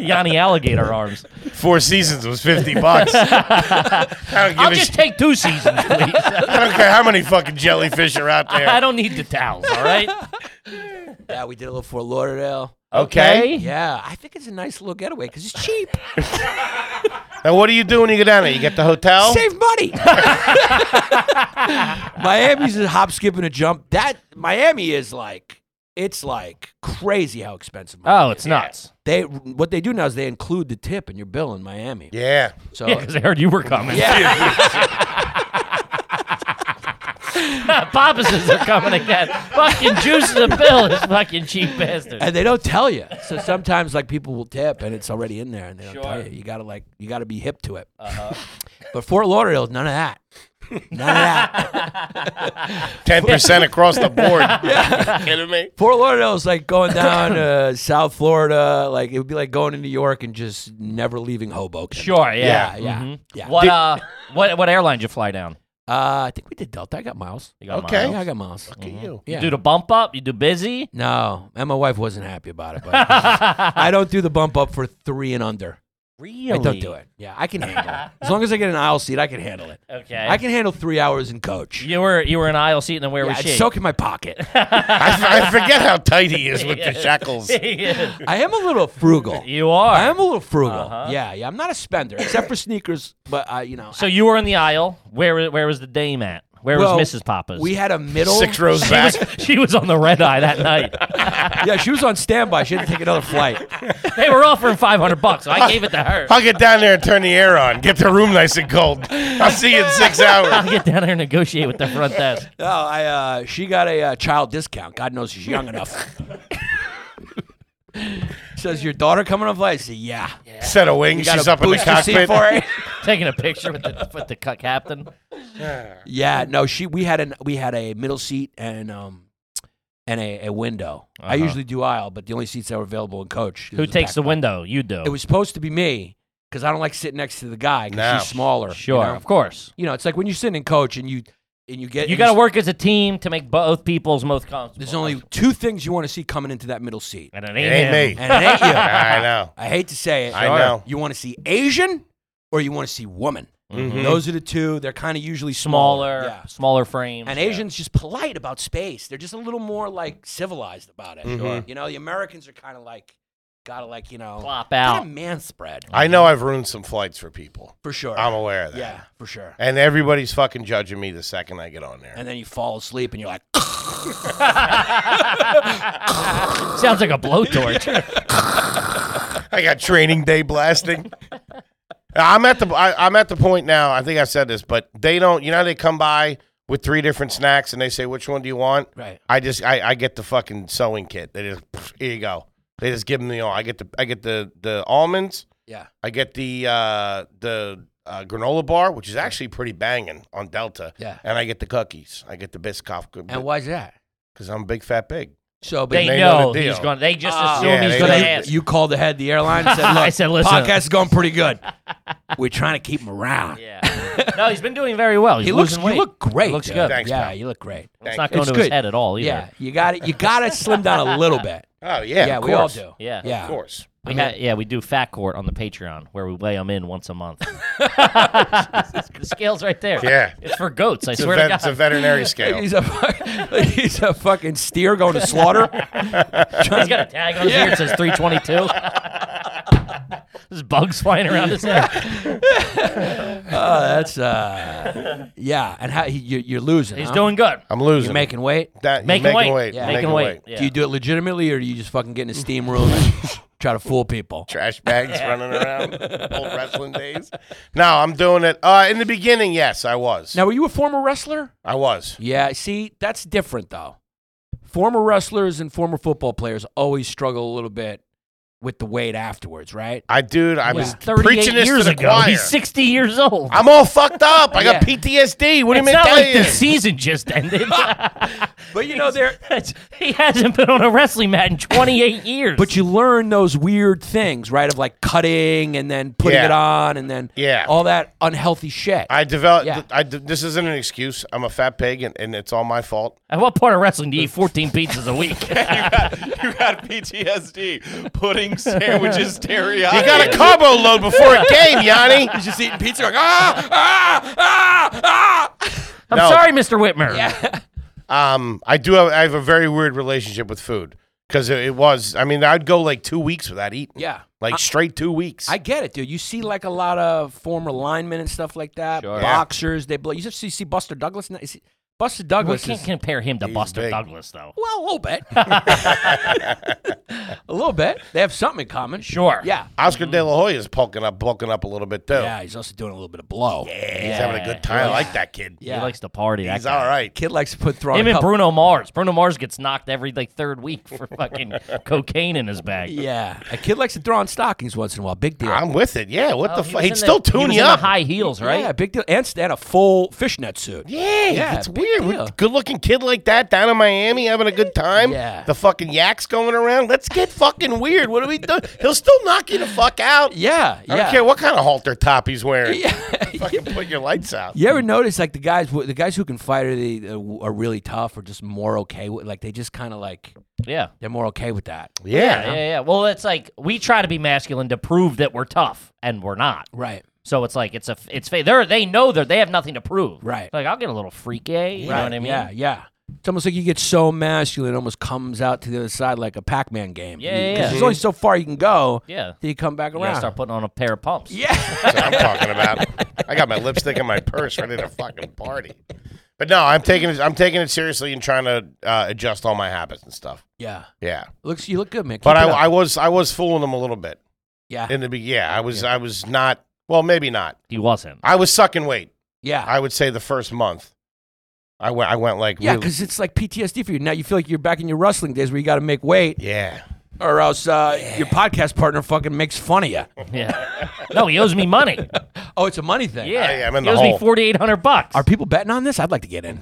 Yanni alligator arms. Four seasons was fifty bucks. I don't give I'll a just shit. take two seasons, please. I don't care how many fucking jellyfish are out there. I don't need the towels, all right? yeah, we did a little Fort Lauderdale. okay. Yeah, I think it's a nice little getaway because it's cheap. Now what do you do when you go down there? You get the hotel. Save money. Miami's a hop, skip, and a jump. That Miami is like it's like crazy how expensive. Miami Oh, is. it's nuts. they what they do now is they include the tip in your bill in Miami. Yeah. So Yeah, because I heard you were coming. Oh, yeah, Papases are coming again. fucking juice the bill is fucking cheap bastard. and they don't tell you. So sometimes like people will tip and it's already in there and they don't tell you. You gotta like you gotta be hip to it. Uh-huh. but Fort Lauderdale is none of that. None of that. Ten percent across the board. kidding me? Fort Lauderdale is like going down uh, South Florida. Like it would be like going to New York and just never leaving Hoboken. Sure, yeah. Yeah, yeah, Mhm. yeah. What uh what what airline did you fly down? Uh, I think we did Delta. I got miles. You got Okay. Yeah, miles? I got miles. Look at you. Yeah. You do the bump up, you do busy. no, and my wife wasn't happy about it. But I don't do the bump up for three and under. Really? I don't do it. Yeah, I can handle it. As long as I get an aisle seat, I can handle it. Okay. I can handle three hours in coach. you were you were in aisle seat and then where Yeah, was I'd she? soak in my pocket. I, f- I forget how tight he is with the shackles. I am a little frugal. you are. I am a little frugal. Uh-huh. Yeah, yeah. I'm not a spender except for sneakers. But uh, you know, so you were in the aisle. Where where was the dame at? Where Well, was Mrs. Papa's? we had a middle. Six rows back. she was on the red eye that night. yeah, she was on standby. She had to take another flight. they were offering 500 bucks, so I gave it to her. I'll get down there and turn the air on. Get the room nice and cold. I'll see you in six hours. I'll get down there and negotiate with the front desk. No, I. Uh, she got a uh, child discount. God knows she's young enough. Says your daughter coming on flight. I said, yeah. Set of wings. Got She's a up in the booster seat cockpit. for her. Taking a picture with the with the cu- captain. Yeah, no, she we had an we had a middle seat and um and a, a window. I Uh-huh. usually do aisle, but the only seats that were available in coach. Who takes the window? You do. It was supposed to be me because I don't like sitting next to the guy because No. he's smaller. you sure, know? of course. You know, it's like when you're sitting in coach and you and you get You and got to s- work as a team to make both people's most comfortable. There's only two things you want to see coming into that middle seat, and it ain't, It ain't him. me. and it ain't you. I know. I hate to say it. I know. You want to see Asian or you want to see woman. Mm-hmm. Those are the two. They're kind of usually Smaller, Yeah. smaller frames. And yeah. Asians just polite about space. They're just a little more like civilized about it. You know, the Americans are kind of like gotta like you know Plop out. kind of man spread I know I've ruined some flights for people. for sure. I'm aware of that. yeah, for sure. And everybody's fucking judging me the second I get on there. And then you fall asleep and you're like, Sounds like a blowtorch. I got training day blasting. I'm at the I, I'm at the point now. I think I've said this, but they don't. You know, how they come by with three different snacks, and they say, "Which one do you want?" Right. I just I, I get the fucking sewing kit. They just here you go. They just give them the all. I get the I get the the almonds. yeah, I get the uh, the uh, granola bar, which is actually pretty banging on Delta. Yeah. And I get the cookies. I get the Biscoff and why's that? because I'm big fat pig. So, but they, They know know the he's deal. going. to They just Ah. assume Yeah, he's they going know to the- ask. you called ahead the airline and said, "Look, I said, listen." podcast is going pretty good. We're trying to keep him around. yeah. No, he's been doing very well. He's He looks, losing you weight. look great. Looks dude. good. Thanks, yeah, pal. you look great. it's Thank not you. going It's to his good. head at all either. Yeah, you got it. You got to slim down a little bit. Oh yeah, yeah, of we all course. do. Yeah. yeah. course. We ha- yeah, we do fat court on the Patreon where we weigh them in once a month. the scale's right there. Yeah. It's for goats, I It's a, swear to vet- it's a God. veterinary scale. He's a fuck- he's a fucking steer going to slaughter. He's got a tag on his ear that says 322. There's bugs flying around his head. Oh, that's uh, yeah. And how he, you, you're losing? He's huh? doing good. I'm losing. You're making weight. that, you're Making, weight. Yeah. Making, weight. Yeah. Do you do it legitimately, or do you just fucking get in a steam room and try to fool people? Trash bags running around. Old wrestling days. No, I'm doing it. Uh, in the beginning, yes, I was. Now, were you a former wrestler? I was. Yeah. See, that's different though. Former wrestlers and former football players always struggle a little bit with the weight afterwards, right? I, dude, I was preaching 38 this years to the ago. choir. He's 60 years old. I'm all fucked up. I got Yeah. PTSD. What do you it's mean? not that like the is? season just ended. But you know, there. That's- he hasn't been on a wrestling mat in 28 years. But you learn those weird things, right? Of like cutting and then putting Yeah. it on and then Yeah. all that unhealthy shit. I developed. Yeah. I de- this isn't an excuse. I'm a fat pig, and, and it's all my fault. At what part of wrestling do you eat 14 pizzas a week? You got PTSD. Pudding sandwiches, teriyaki. You got a carbo load before a game, Yanni. He's just eating pizza, going ah ah ah ah. I'm No. sorry, Mr. Whitmer. Um, I do have. I have a very weird relationship with food because it, it was. I mean, I'd go like two weeks without eating. Yeah. like straight two weeks. I get it, dude. You see like a lot of former linemen and stuff like that. Sure. Yeah. Boxers, they blow. You just see, see Buster Douglas. now- you see- Buster We Douglas can't is compare him to Buster big. Douglas, though. well, a little bit, a little bit. They have something in common. Sure. Yeah. Oscar De La Hoya is bulking up, bulking up a little bit too. Yeah. He's also doing a little bit of blow. Yeah. He's having a good time. I like that kid. Yeah. He likes to party. that He's guy. all right. Kid likes to put throw. Him a and couple- Bruno Mars. Bruno Mars gets knocked every like third week for fucking cocaine in his bag. Yeah. A kid likes to throw on stockings once in a while. Big deal. I'm with it. Yeah. What Oh, the he fuck? was He'd in still the, he tune was you in up. The high heels, right? Yeah. Big deal. And, and a full fishnet suit. Yeah, Yeah, it's big weird. deal. A good looking kid like that down in Miami having a good time. Yeah. The fucking yaks going around. Let's get fucking weird. What are we doing? He'll still knock you the fuck out. Yeah. I yeah. don't care what kind of halter top he's wearing. Yeah. Fucking put your lights out. You ever notice like the guys, wh- the guys who can fight are, the, are really tough, or just more okay with, like they just kind of like yeah. they're more okay with that, Yeah, yeah, yeah. Well, it's like we try to be masculine to prove that we're tough, and we're not. right? So it's like it's a it's fa- they're they know they they have nothing to prove. Right. Like I'll get a little freaky. You know what I mean? Yeah, yeah. It's almost like you get so masculine, it almost comes out to the other side like a Pac-Man game. Yeah, yeah, 'Cause yeah. There's only so far you can go. Yeah. till you come back You gotta around. start putting on a pair of pumps. yeah, That's what I'm talking about. I got my lipstick in my purse ready to fucking party. But no, I'm taking it, I'm taking it seriously and trying to uh, adjust all my habits and stuff. yeah. Yeah. Looks, you look good, man. But Keep I, it up. I was I was fooling them a little bit yeah, in the be- yeah I was I was not well maybe not He wasn't. I was sucking weight yeah, I would say the first month. I went. I went like yeah. really- Because it's like PTSD for you. Now you feel like you're back in your wrestling days where you got to make weight, yeah. or else uh, your podcast partner fucking makes fun of you. Yeah. no, he owes me money. Oh, it's a money thing. Yeah. I am in he the owes me hole. forty eight hundred bucks. Are people betting on this? I'd like to get in.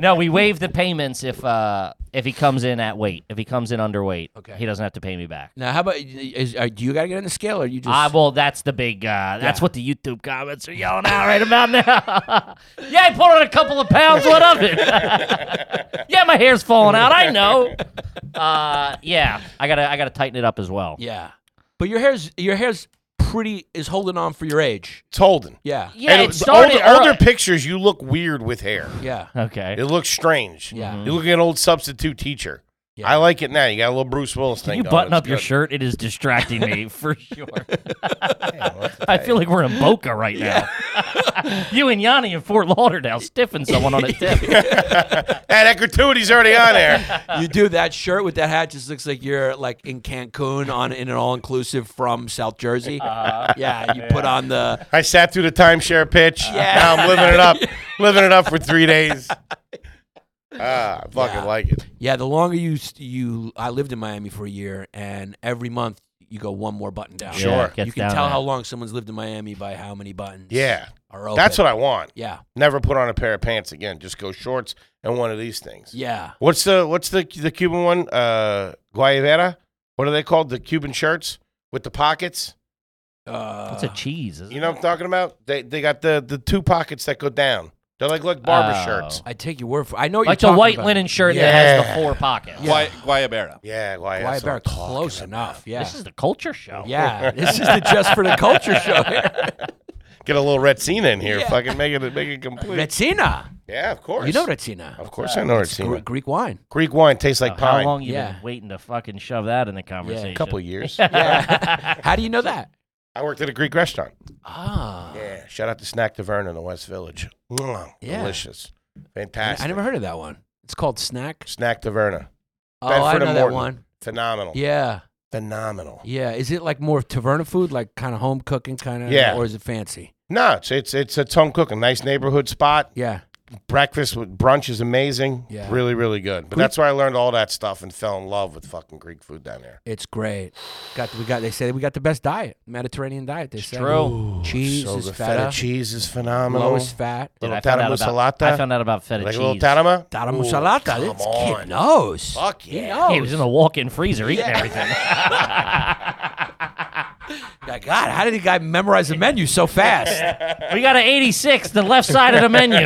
no, we waive the payments if uh if he comes in at weight. If he comes in underweight, Okay. he doesn't have to pay me back. Now, how about is, are, do you got to get on the scale, or you just? Ah, well, that's the big. Uh, that's what the YouTube comments are yelling out right about now. yeah, I put on a couple of pounds. What of it? yeah, my hair's falling out. I know. Uh, yeah, I gotta, I gotta tighten it up as well. yeah, but your hair's your hair's pretty is holding on for your age. It's holding. Yeah, Yeah, And it the started older, older pictures. You look weird with hair. yeah, Okay. It looks strange. Yeah. Mm-hmm. You look like an old substitute teacher. Yeah. I like it now. You got a little Bruce Willis Can thing. you going. button It's up your good. shirt? It is distracting me for sure. I feel like we're in Boca right now. you and Yanni in Fort Lauderdale stiffing someone on a tip. Hey, that gratuity's already on there. you do that shirt with that hat. Just looks like you're like in Cancun on in an all inclusive from South Jersey. Uh-huh. yeah, you put on the I sat through the timeshare pitch. Yeah. Now I'm living it up. living it up for three days. Ah, I fucking like it. yeah. The longer you s- you, I lived in Miami for a year, and every month you go one more button down. Sure. Yeah, it gets you can down tell there. how long someone's lived in Miami by how many buttons. Yeah. are open. That's what I want. Yeah, Never put on a pair of pants again. Just go shorts and one of these things. yeah. What's the what's the the Cuban one? Uh Guayavera? What are they called? The Cuban shirts with the pockets? Uh, It's a cheese. Isn't You know what I'm talking about? They they got the the two pockets that go down. They're like like barber Oh. shirts. I take your word for. I know what like you're the talking white about. linen shirt that has Yeah. the four pockets. Guay- Guayabera. Yeah, Guay- Why that's what bear I'm talking close about. enough? Yeah, This is the culture show. yeah. This is the just for the culture show. here. Get a little Retsina in here. Yeah. Fucking make it make it complete. Retsina, yeah, of course. you know Retsina, Of course I know Gr- Retsina. Greek wine. Greek wine tastes Uh, like How pine. long you Yeah. been waiting to fucking shove that in the conversation? A couple years. Yeah. How do you know that? I worked at a Greek restaurant. Ah, Yeah. Shout out to Snack Tavern in the West Village. Mwah. Yeah. Delicious. I- Fantastic. I never heard of that one. It's called Snack. Snack Taverna. Oh, Bedford I and know that Morton. one. Phenomenal. Yeah, Phenomenal. yeah. Is it like more taverna food, like kind of home cooking, kind of? Yeah. Or is it fancy? No, it's it's it's a home cooking, nice neighborhood spot. Yeah. breakfast with brunch is amazing. Yeah. Really, really good. But that's where I learned all that stuff and fell in love with fucking Greek food down there. It's great. Got we got. They said we got the best diet, Mediterranean diet. They said true. cheese so is the feta, feta cheese is phenomenal. lowest fat. Little I found tarama out about, I found out about feta Like cheese. a little tarama? Dada musalata. come This on. kid knows. Fuck He yeah. knows. He was in the walk-in freezer eating everything. Like, God, how did the guy memorize the menu so fast? we got an 86, the left side of the menu.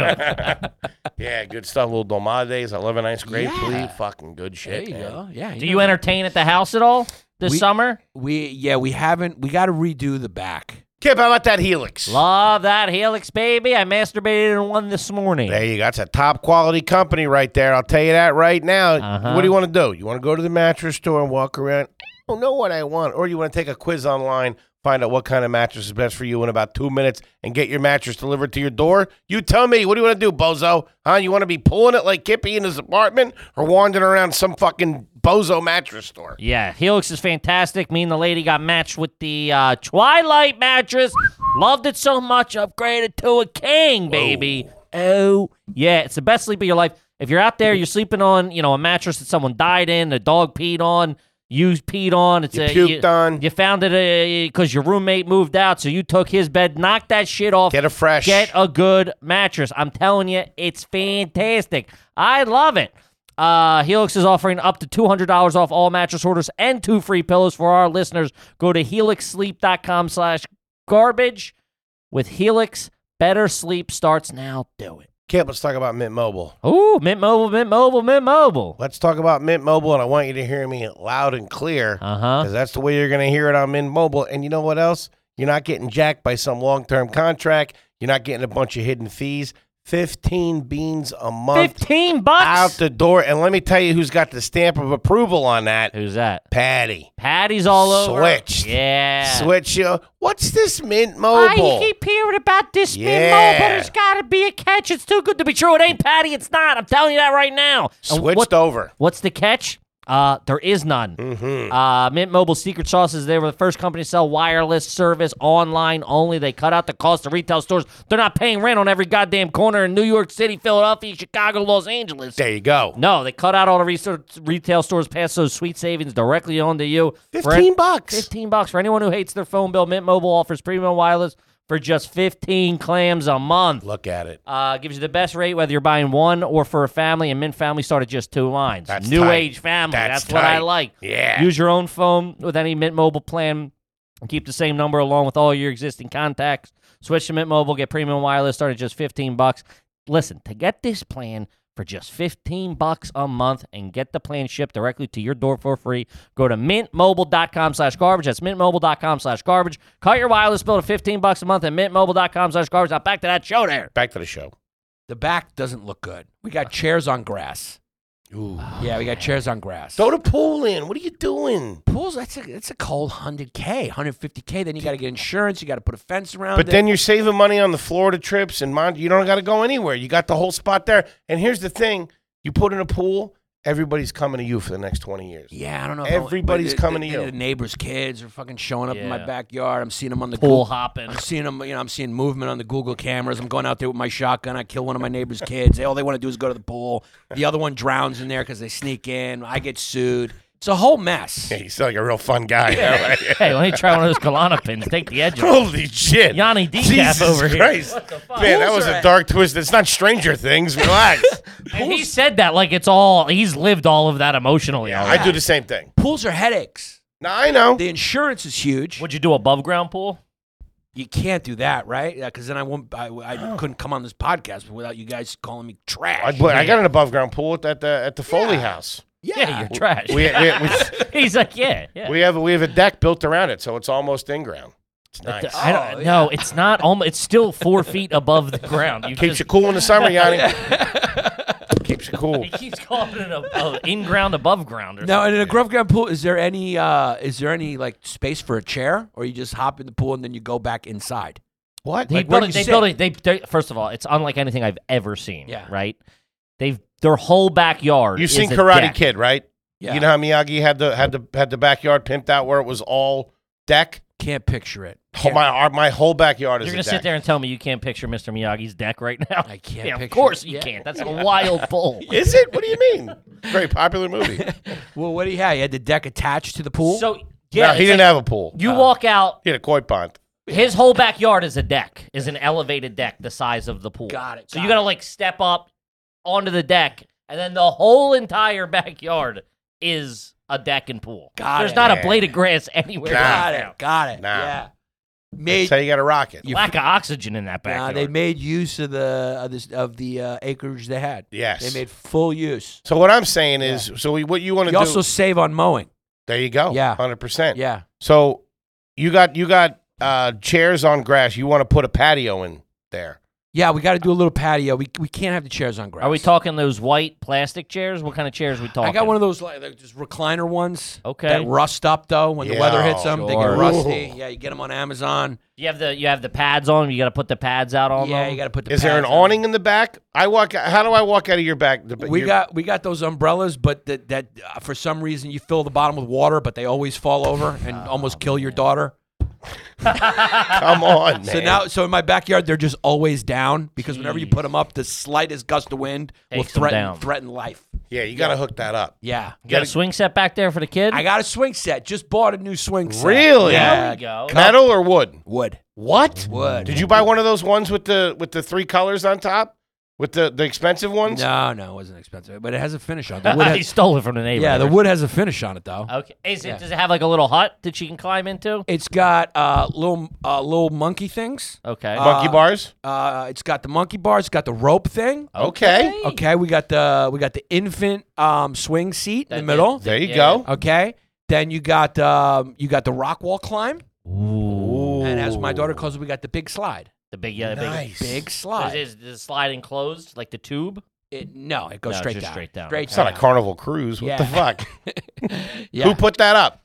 Yeah, good stuff. Little domades. I love an ice grape. Yeah. please. Fucking good there shit. you man. go. Yeah. he Do knows. you entertain at the house at all this We- summer? We yeah. We haven't. We got to redo the back. Kip, how about that Helix? Love that Helix, baby. I masturbated in one this morning. There you go. That's a top quality company right there. I'll tell you that right now. Uh-huh. What do you want to do? You want to go to the mattress store and walk around? I don't know what I want. Or you want to take a quiz online, find out what kind of mattress is best for you in about two minutes, and get your mattress delivered to your door? You tell me. What do you want to do, bozo? Huh? You want to be pulling it like Kippy in his apartment or wandering around some fucking bozo mattress store? Yeah, Helix is fantastic. Me and the lady got matched with the uh, Twilight mattress. Loved it so much, upgraded to a king, baby. Oh yeah, it's the best sleep of your life. If you're out there, you're sleeping on, you know, a mattress that someone died in, a dog peed on, you peed on. It's You a, puked on. You found it because your roommate moved out, so you took his bed, knocked that shit off. Get a fresh. Get a good mattress. I'm telling you, it's fantastic. I love it. Uh, Helix is offering up to $200 off all mattress orders and two free pillows for our listeners. Go to helixsleep.com slash garbage. With Helix, better sleep starts now. Do it. Kip, let's talk about Mint Mobile. Ooh, Mint Mobile, Mint Mobile, Mint Mobile. Let's talk about Mint Mobile, and I want you to hear me loud and clear. Uh-huh. because that's the way you're going to hear it on Mint Mobile. And you know what else? You're not getting jacked by some long term contract. You're not getting a bunch of hidden fees. 15 beans a month 15 bucks. out the door. And let me tell you who's got the stamp of approval on that Who's that? Patty. Patty's all over. Switched. Yeah. Switch you. What's this Mint Mobile? I keep hearing about this yeah. Yeah. but it's got to be a catch. It's too good to be true. It ain't Patty. It's not. I'm telling you that right now. And Switched what- over. what's the catch? Uh, there is none. Mm-hmm. Uh, Mint Mobile secret sauce is they were the first company to sell wireless service online only. They cut out the cost to retail stores. They're not paying rent on every goddamn corner in New York City, Philadelphia, Chicago, Los Angeles. There you go. No, they cut out all the research, retail stores, pass those sweet savings directly on to you. For 15 bucks. 15 bucks for anyone who hates their phone bill. Mint Mobile offers premium wireless for just 15 clams a month. Look at it. Uh, gives you the best rate whether you're buying one or for a family. And Mint Family started just two lines. That's New tight. age family. That's That's, what I tight. like. Yeah. Use your own phone with any Mint Mobile plan. and Keep the same number along with all your existing contacts. Switch to Mint Mobile. Get premium wireless starting at just 15 bucks. Listen, to get this plan for just 15 bucks a month and get the plan shipped directly to your door for free, go to mintmobile.com slash garbage. That's mintmobile.com slash garbage. Cut your wireless bill to 15 bucks a month at mintmobile.com slash garbage. Now back to that show there. Back to the show. The back doesn't look good. We got chairs on grass. Uh. Ooh. Yeah, we got chairs on grass. Throw the pool in. What are you doing? pools. That's a that's a cold hundred k, hundred fifty k. Then you got to get insurance. You got to put a fence around. But it. then you're saving money on the Florida trips and Mont- you don't got to go anywhere. You got the whole spot there. And here's the thing, you put in a pool, everybody's coming to you for the next 20 years. yeah, I don't know. Everybody's but the- coming to the- you. The neighbors' kids are fucking showing up in my Yeah. backyard. I'm seeing them on the Pool Google. hopping. I'm seeing them. You know, I'm seeing movement on the Google cameras. I'm going out there with my shotgun. I kill one of my neighbor's kids. They, all they want to do is go to the pool. The other one drowns in there because they sneak in. I get sued. It's a whole mess. Yeah, you sound like a real fun guy. Yeah. Hey, let me try one of those Kalanapins. Take the edge off. Holy shit. Yanni Decaf Jesus over here. Christ. Man, that was a dark twist. It's not Stranger Things. Relax. And he said that like it's all, he's lived all of that emotionally. I do the same thing. Pools are headaches. Now, I know. The insurance is huge. Would you do above ground pool? You can't do that, right? Because then I won't. I, I couldn't come on this podcast without you guys calling me trash. I, but I got an above ground pool at the, at the, at the Foley house. yeah, Yeah, you're trash. We, we, He's like, yeah, yeah. we, we, have, we have a deck built around it, so it's almost in ground. It's nice. I Oh, don't know. It's not almost. It's still four feet above the ground. You Keeps just, you cool in the summer, Yanni. Keeps you cool. he keeps calling it a, a in ground above ground. Or Now, something. in a Grove Ground pool, is there any uh, is there any like space for a chair, or you just hop in the pool and then you go back inside? What? they like, where built do it. you They sit? built it. They, they first of all, it's unlike anything I've ever seen. Yeah. Right. They've their whole backyard. You've is seen a Karate deck. Kid, right? You know how Miyagi had the had the had the backyard pimped out where it was all deck. Can't picture it. Whole- My our, my whole backyard is You're a gonna sit deck. there and tell me you can't picture Mr. Miyagi's deck right now? I can't Yeah, of picture course it. you Yeah. can't. That's a wild bull. Is it? What do you mean? Very popular movie. Well, what do you have? You had the deck attached to the pool. So yeah, no, he it's didn't like have a pool. Oh. you walk out. He had a koi pond. His whole backyard is a deck, is an elevated deck the size of the pool. Got it, So got you got to like step up onto the deck, and then the whole entire backyard is a deck and pool. Got There's it. not Yeah. a blade of grass anywhere. Nah. right got now. it. Got it. Nah. Yeah. That's Made. how you got to rock it. You- Lack of oxygen in that Nah, backyard. they made use of the of, this, of the uh, acreage they had. Yes. They made full use. so what I'm saying is, so we, what you want to You do? also save on mowing. there you go. Yeah. hundred percent. Yeah. So you got you got uh, chairs on grass. You want to put a patio in there? Yeah, we got to do a little patio. We, we can't have the chairs on grass. Are we talking those white plastic chairs? What kind of chairs we talking? I got one of those like like, just recliner ones. Okay. That rust up though when the weather Yeah, hits them, they get sure. rusty. Yeah, you get them on Amazon. You have the you have the pads on. 'em, You got to put the pads out on. yeah, them. you got to put the. Is there an pads on. awning in the back? I walk. How do I walk out of your back? The, We your- got we got those umbrellas, but that that uh, for some reason you fill the bottom with water, but they always fall over and Ah, almost kill your daughter. Come on, man. So now, so in my backyard, they're just always down because whenever you put them up, the slightest gust of wind will Takes 'em threaten down. threaten life. yeah, you got to hook that up. Yeah, You got a swing set back there for the kid. I got a swing set. Just bought a new swing set. Really? there Yeah. we go. Metal or wood? Wood. What? Wood. Did you buy one of those ones with the with the three colors on top? With the the expensive ones? No, no, it wasn't expensive, but it has a finish on it. The wood he has, stole it Uh, from the neighbor. yeah, the wood has a finish on it though. Okay. Is it, Yeah. Does it have like a little hut that she can climb into? It's got uh, little uh, little monkey things. Okay. Monkey bars? Uh, it's got the monkey bars. It's got the rope thing. Okay. Okay, we got the we got the infant um, swing seat in That- the middle. There you Yeah. go. Okay, then you got um, you got the rock wall climb, Ooh. and as my daughter calls it, we got the big slide. The big yeah. The Nice. Big Big, slide. is, is the slide enclosed like the tube? It- no, it No, goes it's straight, just down. straight down. It's not a carnival cruise. What the Yeah. fuck? Yeah, Who put that up?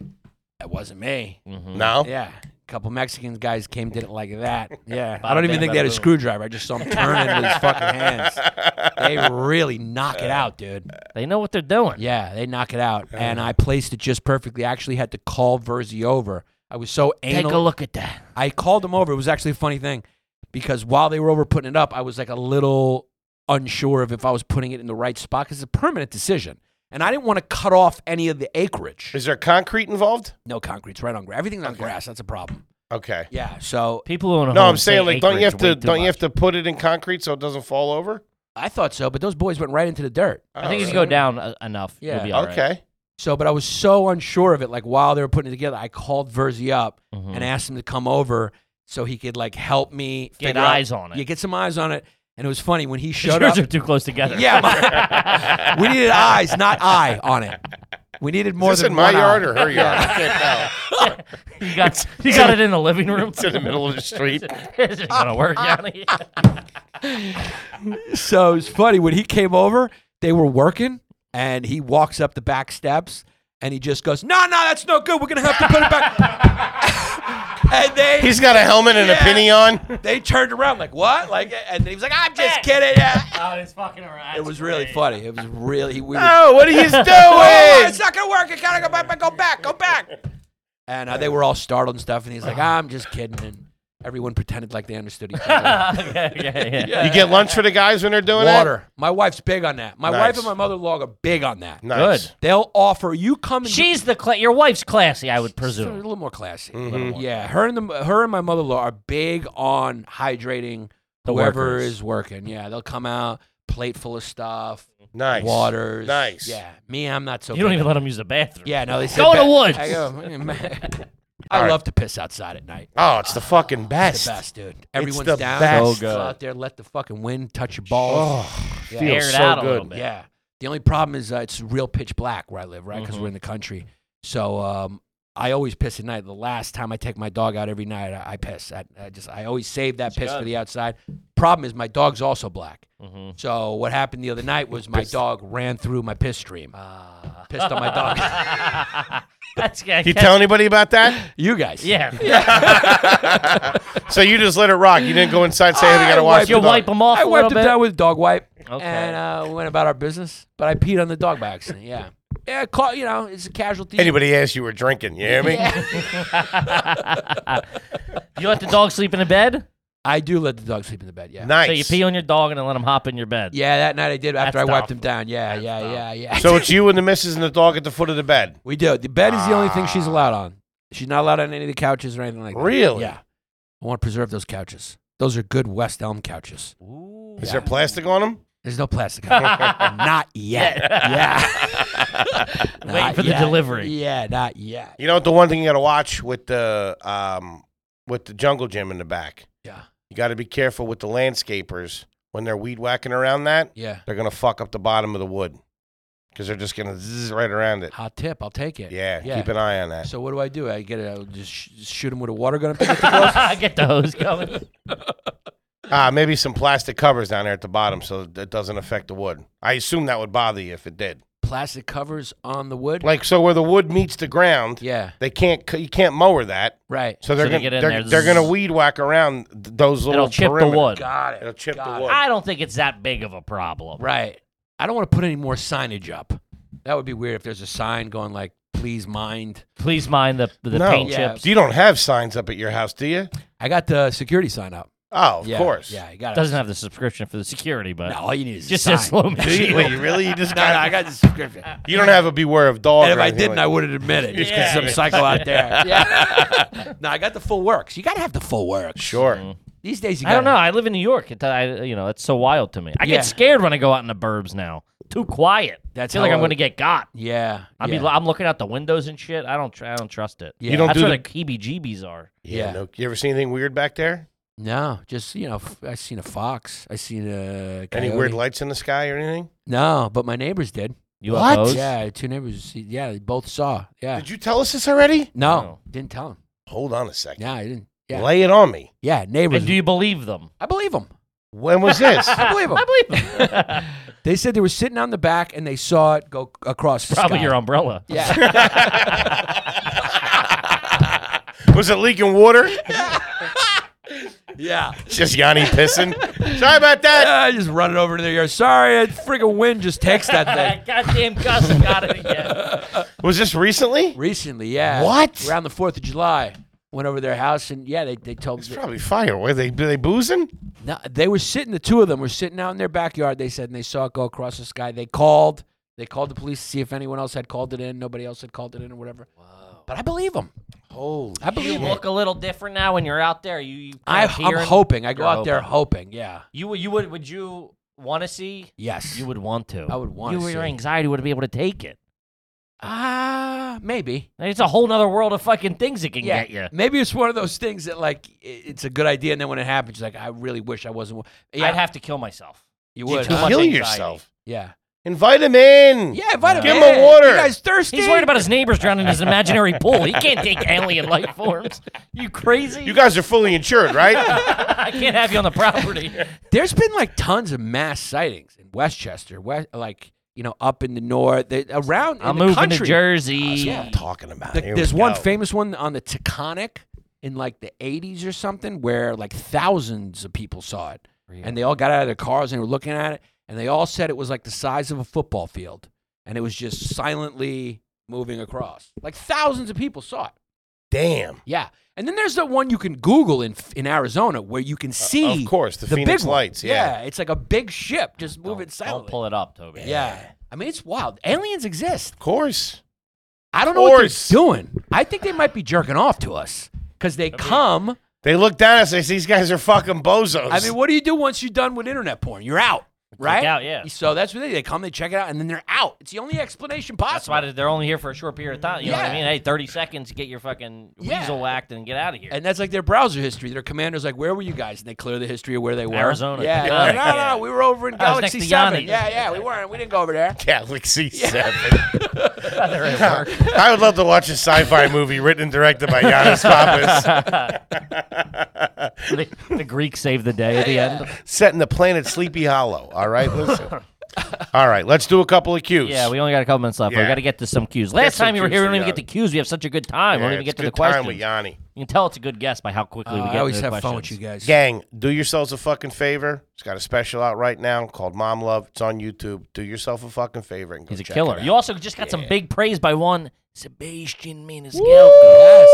that wasn't me. Mm-hmm. No. Yeah. A couple Mexican guys came, did it like that. Yeah. I Bada don't even bing, think they had a bada boom. screwdriver. I just saw him turn it with his fucking hands. They really knock it out, dude. They know what they're doing. Yeah, they knock it out. And I placed it just perfectly. I actually had to call Verzi over. I was so Take anal. a look at that. I called him over. It was actually a funny thing because while they were over putting it up, I was like a little unsure of if I was putting it in the right spot because it's a permanent decision. And I didn't want to cut off any of the acreage. Is there concrete involved? No concrete's right on grass. Everything's on grass. That's a problem. Okay. Yeah. So People who own a No, home I'm saying say like don't you have Oh, acreage to way too don't you much. have to put it in concrete so it doesn't fall over? I thought so, but those boys went right into the dirt. I Oh, think if you really? go down uh, enough, Yeah. you'll be all right. Okay. So, but I was so unsure of it. Like while they were putting it together, I called Verzi up Mhm. and asked him to come over so he could like help me Get figure out- eyes on it. Yeah, get some eyes on it. And it was funny when he showed Yours up. are too close together. Yeah, my- we needed eyes, not eye, on it. We needed more Is this than in my one yard eye. or her yard? I can't tell. you got you got it in the living room. It's in the middle of the street. This isn't gonna work, Johnny. So it's funny when he came over, they were working, and he walks up the back steps, and he just goes, "No, no, that's no good. We're gonna have to put it back." and they He's got a helmet and a Yeah. penny on. they turned around like, "What?" Like, and he was like, "I'm just Hey. kidding." Yeah. oh, it's fucking alright. It was really funny. It was really we were. Oh, what are you "Oh, doing? it's not gonna work. It gotta go back. Go back. Go back. And uh, they were all startled and stuff. And he's like, "I'm just kidding." And everyone pretended like they understood each other. okay, okay, yeah. You get lunch for the guys when they're doing that? Water. My wife's big on that. My Nice. wife and my mother-in-law are big on that. Nice. Good. They'll offer you come. And She's the cla- your wife's classy, I would She's Mm-hmm. a presume. little more classy. Mhm. Yeah, her and the, her and my mother-in-law are big on hydrating whoever workers. is working. Yeah, they'll come out plate full of stuff, Nice. waters. Nice. Yeah, me, I'm not so. You don't big. even let them use the bathroom. Yeah, no, they say Go in ba- the woods. I, go, "Mm, I love to piss outside at night. Oh, it's the Ah, fucking It's best. the best, dude. Everyone's the down. best. Go out there, let the fucking wind touch your balls. Oh, Yeah. feels Air it so out a good. little bit. Yeah. The only problem is uh, it's real pitch black where I live, right? Because Mm-hmm. we're in the country. So um, I always piss at night. The last time I take my dog out every night, I, I piss. I, I just I always save that piss for the outside. Problem is my dog's also black. Mhm. So what happened the other night was my dog ran through my piss stream. Ah. Pissed on my dog. That's good. You tell anybody about that? you guys. yeah. so you just let it rock. You didn't go inside and say, hey, we I got to watch wiped the You it dog." wipe them off I a wiped little it bit. down with a dog wipe Okay. and uh, we went about our business. But I peed on the dog by accident. Yeah. yeah, ca- you know, it's a casualty. Anybody asks you were drinking, you hear me? You let the dog sleep in the bed? I do let the dog sleep in the bed. Yeah. Nice. So you pee on your dog and then let him hop in your bed. Yeah, that night I did after That's I wiped tough. him down. Yeah, yeah, yeah, yeah. So it's you and the missus and the dog at the foot of the bed. we do. The bed is the only thing she's allowed on. She's not allowed on any of the couches or anything like that. Really? Yeah. I want to preserve those couches. Those are good West Elm couches. Is there plastic on them? There's no plastic on them. not yet. Yeah. Waiting Not for the yet. delivery. Yeah, not yet. You know what the one thing you got to watch with the um with the jungle gym in the back. Yeah. You got to be careful with the landscapers when they're weed whacking around that. Yeah. They're gonna fuck up the bottom of the wood because they're just gonna zzz right around it. Hot tip. I'll take it. Yeah, keep an eye on that. So what do I do? I get it. I just sh- shoot him with a water gun. And pick up the gloves? Get the hose going. Ah, maybe some plastic covers down there at the bottom so that it doesn't affect the wood. I assume that would bother you if it did. Plastic covers on the wood. Like so, where the wood meets the ground, yeah. they can't c- you can't mower that. Right. So they're they gonna get in they're, there, they're gonna zzz. weed whack around th- those little. It'll chip the perimeter. wood. Got it. It'll chip Got the it. wood. I don't think it's that big of a problem. Right. I don't want to put any more signage up. That would be weird if there's a sign going like, "Please mind." Please mind the, the No. paint Yeah. chips. You don't have signs up at your house, do you? I got the security sign up. Oh, of yeah, course. Yeah, I got it. Doesn't have the subscription for the security, but No, all you need is just a says Uh, sign. slow Do you, wait, you really? You just got. I got the subscription. you don't have a beware of dog. And if or I anything didn't, like- I would have admitted it. Yeah. Yeah. some psycho out there. Yeah. no, I got the full works. You got to have the full works. Sure. These days, you I got don't know. I live in New York. It, I, you know, it's so wild to me. I Yeah. get scared when I go out in the burbs now. Too quiet. I That's feel like how I'm I- going to get got. Yeah. I yeah. mean, I'm looking out the windows and shit. I don't. tr- I don't trust it. Yeah. You don't That's do where the- the heebie-jeebies are. Yeah. Yeah. No, you ever see anything weird back there? No, just you know, f- I seen a fox. I seen a coyote. Any weird lights in the sky or anything? No, but my neighbors did. UFOs. Yeah, two neighbors. see- Yeah, they both saw. Yeah. Did you tell us this already? no, No. didn't tell him. Hold on a second. Yeah, I didn't. Yeah, Lay it on me. yeah, neighbors. And do you believe them? I believe them. When was this? I believe them. I believe them. They said they were sitting on the back and they saw it go c- across. the Probably sky. your umbrella. Yeah. was it leaking water? yeah. Just Yanni pissing. Sorry about that. I just run it over to their yard. Sorry, that friggin' wind just takes that thing. That goddamn Gus got it again. Was this recently? Recently, yeah. What? Around the 4th of July. Went over to their house and yeah, they, they told It's me probably fire. Were they were they boozing? no, they were sitting. The two of them were sitting out in their backyard. They said and they saw it go across the sky. They called. They called the police to see if anyone else had called it in. Nobody else had called it in or whatever. Wow. But I believe them. Holy. I believe You 'em. look a little different now when you're out there. You, you I, kind of I'm hearing- hoping. I go You're out there hoping. Yeah. You would. You would. Would you want to see? Yes. You would want to. I would wanna You your see. anxiety would be able to take it. Ah, maybe. Like, It's a whole nother world of fucking things that can Yeah. get you. Maybe it's one of those things that like i- it's a good idea, and then when it happens, you're like, I really wish I wasn't. wa- Yeah, I'd have to kill myself. you do would. too huh? much Kill anxiety. yourself. Yeah. Invite him in. Yeah, vitamin. Give him a water. You guys thirsty? He's worried about his neighbors drowning in his imaginary pool. He can't take alien life forms. You crazy? You guys are fully insured, right? I can't have you on the property. There's been like tons of mass sightings in Westchester, West, like you know, up in the north, they, around in I'm the moving country. to Ah, Jersey. I'm talking about. The- Ah, Here there's we one go. famous one on the Taconic in like the 80s or something, where like thousands of people saw it, and they all got out of their cars and were looking at it, and they all said it was like the size of a football field, and it was just silently moving across. Like thousands of people saw it. Damn. Yeah. And then there's the one you can Google in in Arizona where you can see, Uh, of course, the Phoenix big one. lights, yeah. it's like a big ship just moving Don't- Don't silently. pull it up, Toby. yeah, I mean it's wild. Aliens exist. Of course. I don't know what course. they're doing. I think they might be jerking off to us because they come. They look down at us. They say, these guys are fucking bozos. I mean, what do you do once you're done with internet porn? You're out, right? out, yeah. So that's what they do. They come, they check it out, and then they're out. It's the only explanation possible. That's why they're only here for a short period of time. You know what I Yeah. mean? Hey, 30 seconds, get your fucking Yeah. weasel whacked and get out of here. And that's like their browser history. Their commander's like, "Where were you guys?" And they clear the history of where they were. Arizona. Yeah. Yeah. They're like, no, no, we were over in That was Galaxy next to Seven. Yanni. Yeah, yeah, we weren't. We didn't go over there. Galaxy 7. I would love to watch a sci fi movie written and directed by Giannis Papas, the, the Greeks saved the day at the end. set in the planet Sleepy Hollow. All right, listen. All right, let's do a couple of cues. Yeah, we only got a couple minutes left. but We Yeah. got to get to some cues. Last some time you were cues here, we for didn't even get to Yanni. cues. We have such a good time. we don't even get to the question. questions. Time with Yanni. You can tell it's a good guess by how quickly we get Uh, I always to the have questions. fun with you guys. Gang, do yourselves a fucking favor. It's got a special out right now called Mom Love. It's on YouTube. Do yourself a fucking favor and go He's a check killer. It You out. also just got some big praise by one Sebastian Maniscalco. Yes,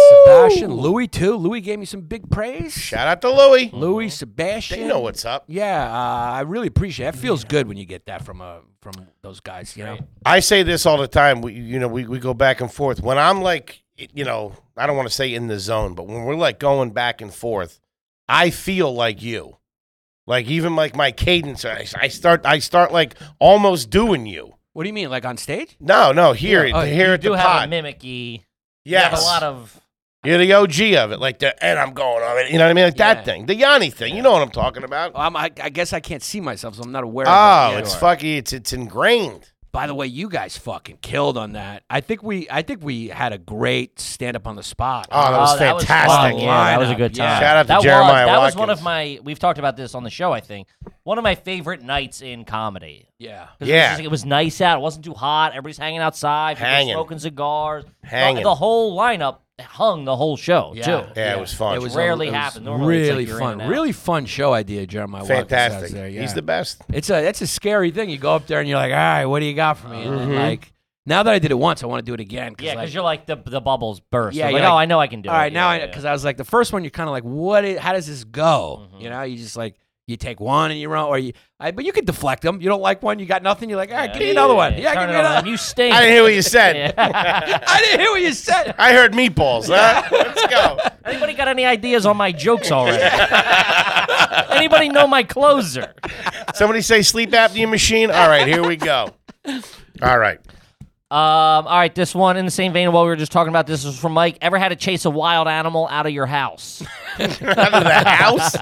Sebastian, Louis too. Louis gave me some big praise. Shout out to Louie. Mm, Louis, Sebastian. They know what's up. Yeah, uh, I really appreciate. It. it feels good when you get that from uh, from those guys. You know, I say this all the time. We, you know, we, we go back and forth. When I'm like, you know, I don't want to say in the zone, but when we're like going back and forth, I feel like you. Like even like my cadence, I, I start, I start like almost doing you. what do you mean, like on stage? No, no, here, Yeah, oh, here You at the do have pod. a mimicky. You yes, have a lot of. you're the OG of it. Like the, and I'm going on it. You know what I mean? Like Yeah. that thing, the Yanni thing. You know what I'm talking about? Um, I, I guess I can't see myself, so I'm not aware. Oh, of it. Yeah. it's fucking, it's it's ingrained. By the way, you guys fucking killed on that. I think we I think we had a great stand up on the spot. Oh, that was Oh, that fantastic. Was fun. yeah, that was a good Yeah. time. Shout out to that Jeremiah Was, that was one Watkins. of my. We've talked about this on the show. I think one of my favorite nights in comedy. yeah. 'Cause it was Yeah. just like- it was nice out. It wasn't too hot. Everybody's hanging outside, people Hanging. smoking cigars, The- Hanging. The, whole lineup hung the whole show too. Yeah, it was fun. It was Rarely it was happened. Normally it's like really you're in fun. and out. Really fun show idea, Jeremiah. Watkins has Fantastic. There, yeah. He's the best. It's a that's a scary thing. You go up there and you're like, all right, what do you got for me? And Mm-hmm. then, like now that I did it once, I want to do it again. Yeah, because like, you're like the the bubbles burst. Yeah, Yeah, like, you're oh, like, I know I can do all it. right, now Yeah, I because I was like the first one, you're kind of like, what? i- how does this go? Mm-hmm. You know, you just like you take one and you run, or you, I, but you could deflect them. You don't like one, you got nothing. You're like, all right, give me another one. Yeah, turn give it me on, another. and You stink. I didn't hear what you said. I didn't hear what you said. I heard meatballs. Huh? Let's go. Anybody got any ideas on my jokes already? Anybody know my closer? Somebody say sleep apnea machine. All right, here we go. All right. Um, all right, this one in the same vein of what we were just talking about. This is from Mike. Ever had to chase a wild animal out of your house? Uh. Out of the house.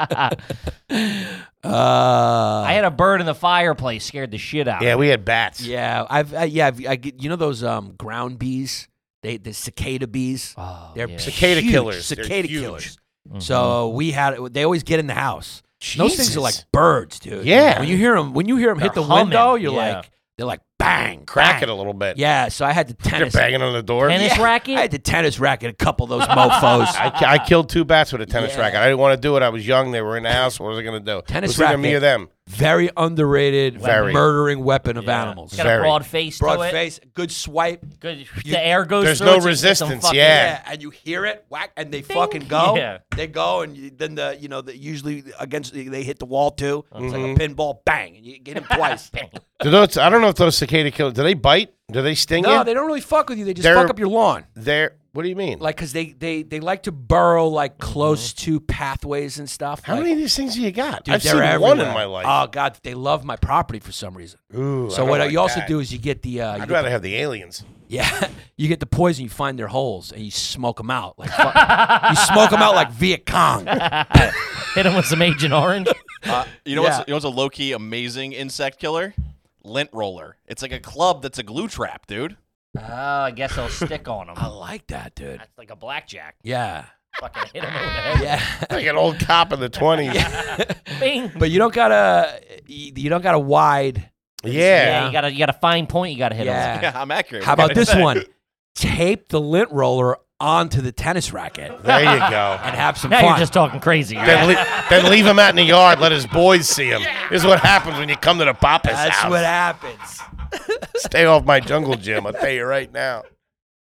Uh, I had a bird in the fireplace, scared the shit out. of Yeah, me. we had bats. yeah, I've uh, yeah, I've, I get, you know those um ground bees, they the cicada bees. Oh, They're yeah. Mm-hmm. Cicada huge, killers. They're Cicada huge. killers. So we had they always get in the house. Those things Jesus. are like birds, dude. Yeah. When you hear them, when you hear them hit the They're humming, window, you're yeah. like they're like bang, crack bang. it a little bit. Yeah. So I had to You're tennis. banging on the door. Tennis Yeah, racket? I had to tennis racket a couple of those mofo's. I, ki- I killed two bats with a tennis Yeah. racket. I didn't want to do it. I was young. They were in the house. What was I going to do? Tennis it was either me racket. or them. Very underrated, Very. murdering weapon of animals. It's got a Very. broad face Broad to it. face, good swipe. Good. You- the air goes There's through no it, so you get some resistance, fucking- yeah. and you hear it whack, and they fucking go. Yeah. They go, and you, then the you know the, usually against they hit the wall too. It's like a Mm-hmm. pinball, bang, and you get him twice. Do those, I don't know if those cicada killers, do they bite? Do they sting no, you? they don't really fuck with you. They just They're- fuck up your lawn. They're, what do you mean? like because they, they they like to burrow like close to pathways and stuff. How like, many of these things do you got? dude, I've they're seen one in everywhere. my life. Oh god, they love my property for some reason. Ooh, I so don't what like you also that. do is you get the uh, you I'd get rather have the aliens. yeah, you get the poison, you find their holes, and you smoke them out. Like fuck, you smoke them out like Viet Cong. Hit him with some Agent Orange. Uh, you know Yeah. what's you know what's a low key amazing insect killer? Lint roller. It's like a club that's a glue trap, dude. Oh, I guess I'll stick on him. I Oh. like that, dude. That's like a blackjack. Yeah, Fucking hit him over the head. yeah. Like an old cop in the 20s. Yeah. Bing. But you don't gotta you you don't gotta wide. Yeah. you got a you got a fine point. You got to hit him. Yeah. Yeah, I'm accurate. How What about can I this say? one? Tape the lint roller onto the tennis racket There you go. and have some Now fun. you're just talking crazy. Then, le- then leave him out in the yard. Let his boys see him. This is what happens when you come to the papa's That's house. what happens. Stay off my jungle gym. I'll tell you right now.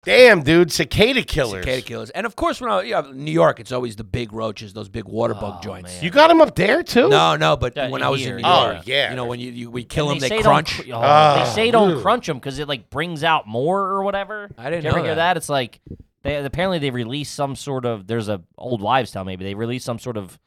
Damn, dude, cicada killers. Cicada killers. And of course, when I you know, New York, it's always the big roaches, those big water bug joints. You got him up there too? No, no, but Yeah, when I was here, in New Oh, York, yeah. you know, when you, you we kill And them, they, say don't crunch. cr- oh, Ah, they say don't ew. crunch them because it like brings out more or whatever. I didn't you ever know hear that. that. It's like they apparently they release some sort of there's a old wives tale maybe they release some sort of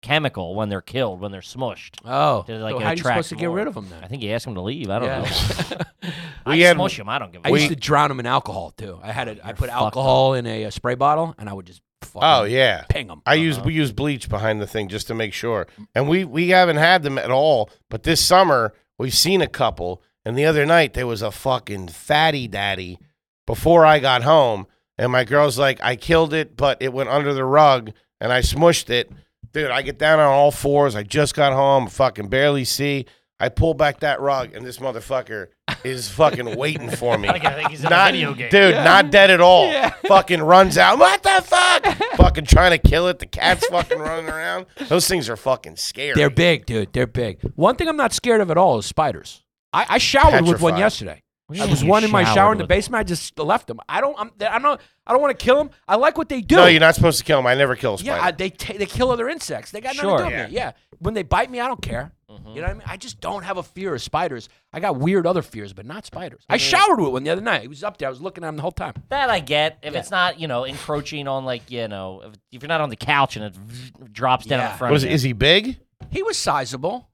chemical when they're killed when they're smushed. Oh, To, like, so how are you attract supposed to get more. rid of them I then? think you asked them to leave. I don't Yeah. know. I We had- smush them. I don't give I a used shit. to drown them in alcohol too. I had it. I put fucked alcohol in a, uh spray bottle, and I would just fucking Oh yeah. ping them. I Uh-huh. use we use bleach behind the thing just to make sure. And we we haven't had them at all, but this summer we've seen a couple. And the other night there was a fucking fatty daddy before I got home, and my girl's like, "I killed it, but it went under the rug and I smushed it." Dude, I get down on all fours. I just got home, fucking barely see. I pull back that rug, and this motherfucker is fucking waiting for me. I think he's in not, a video game. Dude, not dead at all. Fucking runs out. What the fuck? fucking trying to kill it. The cat's fucking running around. Those things are fucking scary. They're big, dude. They're big. One thing I'm not scared of at all is spiders. I, I showered with one Petrified. yesterday. What do you I mean was you one in my showered shower in the with- basement. I just left them. I don't. I'm, I don't. I don't want to kill them. I like what they do. No, you're not supposed to kill them. I never kill a spider. yeah, I, they ta they kill other insects. They got Sure. Mm-hmm. nothing to do with me. Yeah, when they bite me, I don't care. You know what I mean? I just don't have a fear of spiders. I got weird other fears, but not spiders. Mm-hmm. I showered with one the other night. It was up there. I was looking at him the whole time. That I get. If it's not, you know, encroaching on like, you know, if, if you're not on the couch and it v- drops down in Yeah. front Was of is he big? He was sizable.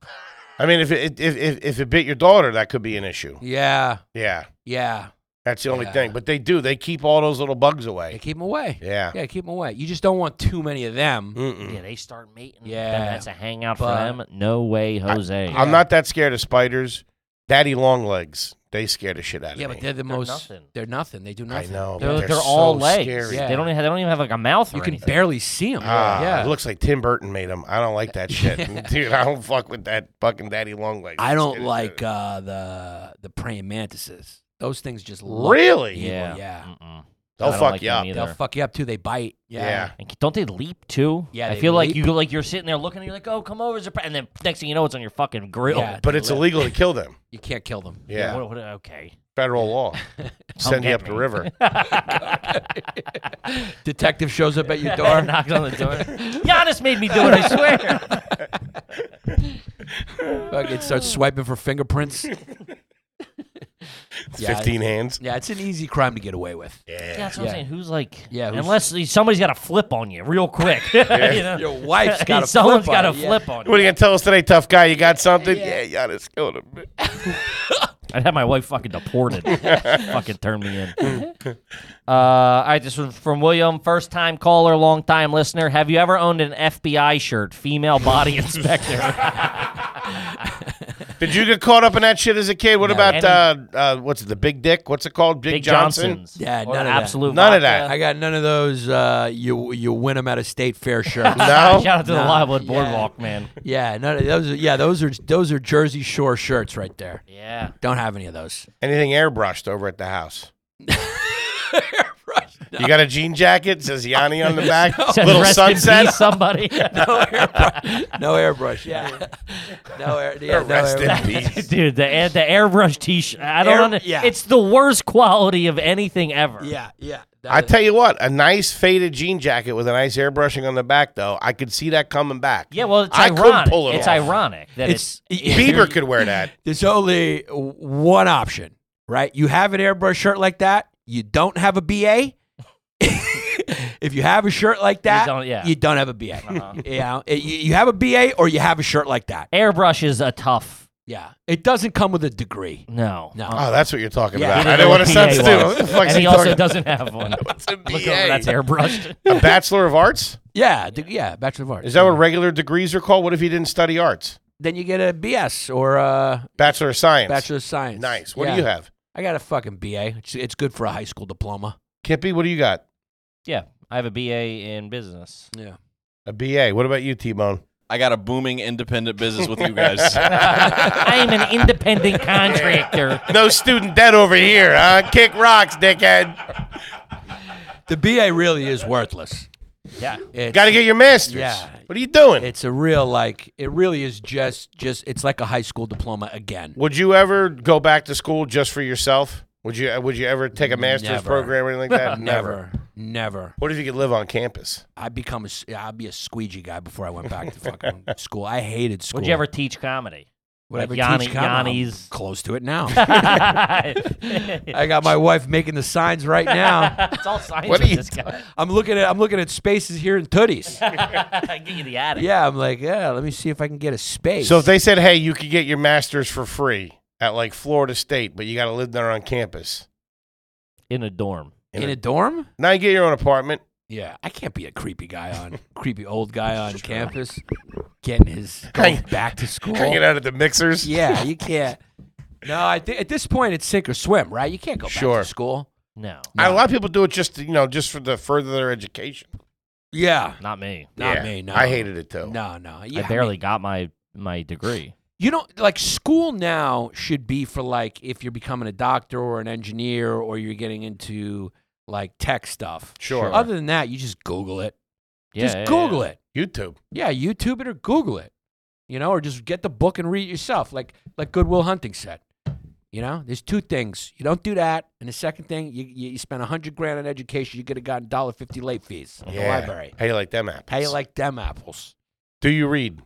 I mean, if it if, if if it bit your daughter, that could be an issue. Yeah, Yeah, yeah. that's the only Yeah. thing. But they do. They keep all those little bugs They away. keep him away. Yeah. yeah. Keep him away. You just don't want too many of them. you. Mm-mm. Yeah, they start mating. then Yeah, that's a hangout for but- them. No way, Jose. I'm not that scared of spiders. Daddy long legs. They scare the shit out of Yeah, me. but they're the They're most. nothing. They're nothing. They do I nothing. know. but they're, Oh, They're, they're, all so legs. Scary. Yeah. They don't. Have, they don't even have like a mouth. You or can anything. barely see them. Ah, yeah. it looks like Tim Burton made them. I don't like that shit, dude. I don't fuck with that fucking daddy long legs. I don't like uh, the the praying mantises. Those things just look Really? evil. Yeah. Mm, yeah. Mm-mm. They'll I don't fuck like you them up. either. They'll fuck you up too. They bite. Yeah. Yeah. And c- don't they leap too? Yeah, I they feel like leap. you go like you're sitting there looking, and you're like, "Oh, come over," Zapra-" and then next thing you know, it's on your fucking grill. Yeah. But it's illegal to kill them. You can't kill them. Yeah. What- what- okay. Federal law. Send you get up the me. river. Detective shows up at your door. Knocks on the door. Giannis made me do it. I swear. Fucking starts swiping for fingerprints. yeah, 15 hands. Yeah, it's an easy crime to get away with. Yeah, that's what Yeah. I'm saying. Who's like? Yeah, who's- Unless somebody's got a flip on you real quick. you know? Your wife's got a Someone's flip got on a you, yeah. flip on you. What are you gonna tell us today, tough guy? You got something? Yeah, Giannis killed him. I'd have my wife fucking deported. fucking turn me in. uh, all right, this was from William, first time caller, long time listener. Have you ever owned an FBI shirt, female body inspector? Did you get caught up in that shit as a kid? What about Any- uh, uh, what's it, the Big Dick? What's it called? Big, Big Johnson? Johnson's. Yeah, Or none of that. absolute None of that. vodka. I got none of those. Uh, you you win them at a state fair shirts. No. Shout out to the Nah, Livewood yeah. Boardwalk, man. Yeah, none of those. Are, yeah, those are those are Jersey Shore shirts right there. Yeah. Don't have any of those. Anything airbrushed over at the house? You got a jean jacket says Yanni on the back. Says, Little "Rest in peace, sunset. somebody. No airbrush. Yeah. no air. Yeah, no Rest in airbrush. peace. Dude, the air- the airbrush T-shirt. I don't Air- know. yeah. It's the worst quality of anything ever. Yeah, yeah. that I is- tell you what, a nice faded jean jacket with a nice airbrushing on the back, though, I could see that coming back. Yeah, well, it's I ironic. could pull it it's off. ironic that It's- it's, Bieber could wear that. there's only one option, right? You have an airbrush shirt like that. You don't have a BA. if you have a shirt like that, Uh-huh. don't- yeah. you don't have a BA. You, know, it- you you have a BA or you have a shirt like that. airbrush is a tough. Yeah, it doesn't come with a degree. No. Uh, No. Oh, that's what you're talking Yeah. about. He I didn't want to sound stupid. What the fuck's And he he also talking about? doesn't have one. Look It's a over, BA. that's airbrushed. A Bachelor of Arts? Yeah, de- yeah, Bachelor of Arts. Is that what regular degrees are called? What if you didn't study arts? then you get a BS or a Bachelor of Science. Bachelor of Science. Nice. What Yeah. do you have? I got a fucking BA. It's, it's good for a high school diploma. Kippy, what do you got? yeah, I have a BA in business. Yeah. A BA. What about you, T Bone? I got a booming independent business with you guys. I am an independent contractor. No student debt over here, huh? Kick rocks, dickhead. The BA really is worthless. Yeah. It's, Got to get your master's. Yeah. What are you doing? it's a real like it really is just just it's like a high school diploma again. would you ever go back to school just for yourself? Would you Would you ever take a master's Never. program or anything like that? Never. Never. What if you could live on campus? I'd become a s- I'd be a squeegee guy before I went back to fucking school. I hated school. Would you ever teach comedy? Would I like ever Yanni- teach comedy? I'm Yanni's- close to it now. it's I got my wife making the signs right now. all science What what are you this guy. I'm looking at I'm looking at spaces here in Tooties. I give you the attic. Yeah, I'm like, yeah, let me see if I can get a space. So if they said, "Hey, you could get your master's for free at like Florida State, but you got to live there on campus," In a dorm. in a dorm? now you get your own apartment. Yeah, I can't be a creepy guy on creepy old guy on campus getting his going Hang- back to school. Hanging out at the mixers. Oh. Yeah, you can't. No, I thi- at this point it's sink or swim, right? You can't go back Sure. to school. No, A lot of people do it just to, you know just for the further their education. Yeah, not me. not Yeah. me. No, I hated it too. No, no, yeah, I barely got my my degree. you know, like school now should be for like if you're becoming a doctor or an engineer or you're getting into like tech stuff. Sure. Other than that, you just Google it. Yeah, just yeah, Google it. YouTube. Yeah, YouTube it or Google it. You know, or just get the book and read it yourself, like like Goodwill Hunting said. You know, there's two things. You don't do that, and the second thing, you you, you spend a hundred grand on education, you could have gotten dollar fifty late fees at the library. How you like them apples? How you like them apples? Do you read?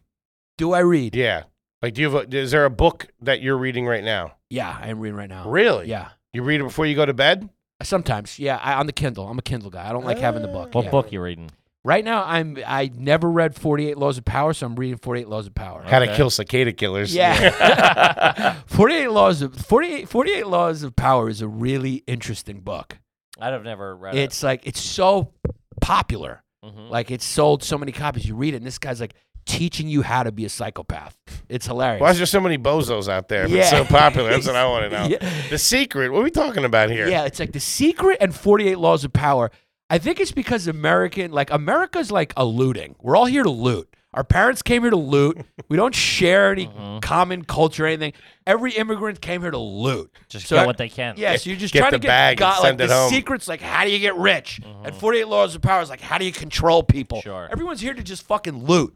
Do I read? Yeah. Like, do you have? A, is there a book that you're reading right now? Yeah, I am reading right now. Really? Uh, Yeah. You read it before you go to bed? Sometimes, yeah, I, on the Kindle. I'm a Kindle guy. I don't like having the book. What yeah. book you reading? Right now, I'm I never read Forty Eight Laws of Power, so I'm reading Forty Eight Laws of Power. How to kill cicada killers? Yeah. 48 Laws of 48, 48 Laws of Power is a really interesting book. I've never read it. It's like it's so popular. Mhm. Like it's sold so many copies. You read it and this guy's like teaching you how to be a psychopath. It's hilarious. Why is there so many bozos out there? If It's Yeah. so popular. That's what I want to know. Yeah. The secret. What are we talking about here? Yeah, it's like The Secret and 48 Laws of Power. I think it's because American, like America's like a looting. We're all here to loot. Our parents came here to loot. We don't share any Uh-huh. common culture or anything. Every immigrant came here to loot. Just So get I- what they can. Yeah, so you're just Get trying the to get bag and got, send like it the home. Uh-huh. secret's like how do you get rich? And 48 Laws of Power is like how do you control people? Sure. Everyone's here to just fucking loot.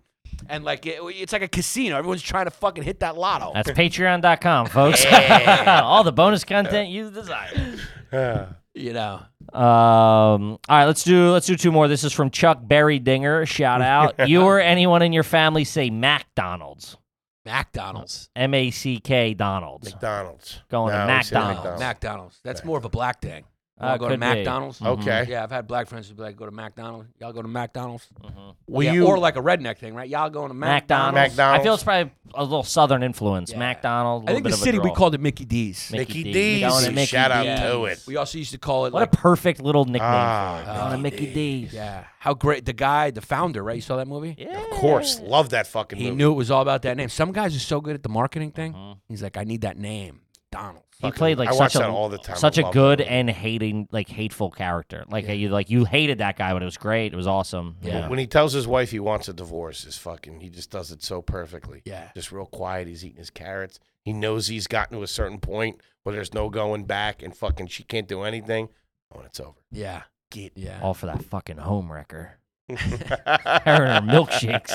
And like it- it's like a casino. Everyone's trying to fucking hit that lotto. That's patreon.com, folks. All the bonus content you desire. you know. Um, all right, let's do let's do two more. This is from Chuck Berry Dinger. Shout out. you or anyone in your family say McDonald's. McDonald's. M A C K Donald's. McDonald's. Going No, to we said McDonald's. McDonald's. That's more of a black thing. Uh, Y'all go to could be. McDonald's. Mm-hmm. Okay. Yeah, I've had black friends who be like, go to McDonald's. Y'all go to McDonald's. Will yeah, you? or like a redneck thing, right? Y'all going to McDonald's. McDonald's. McDonald's. I feel it's probably a little southern influence. Yeah. McDonald's. I little think the bit of a city we draw. called it Mickey D's. Mickey D's. D's. Going to Mickey Shout out D's. to it. We also used to call it What like, uh, a perfect little nickname. Ah, for it. Going to Mickey D's. yeah. How great the guy, the founder, right? You saw that movie? Yeah. Of course. Love that fucking He movie. knew it was all about that name. Some guys are so good at the marketing thing. Uh-huh. He's like, I need that name, Donald. Mm. He played like I watch such a that all the time. such I a love good that. and hating like hateful character. Like you like you hated that guy, but it was great. It was awesome. Yeah. When he tells his wife he wants a divorce, is fucking. He just does it so perfectly. Yeah. Just real quiet. He's eating his carrots. He knows he's gotten to a certain point where there's no going back, and fucking she can't do anything. Oh, and it's over. Yeah. yeah. All for that fucking homewrecker. Her and her milkshakes.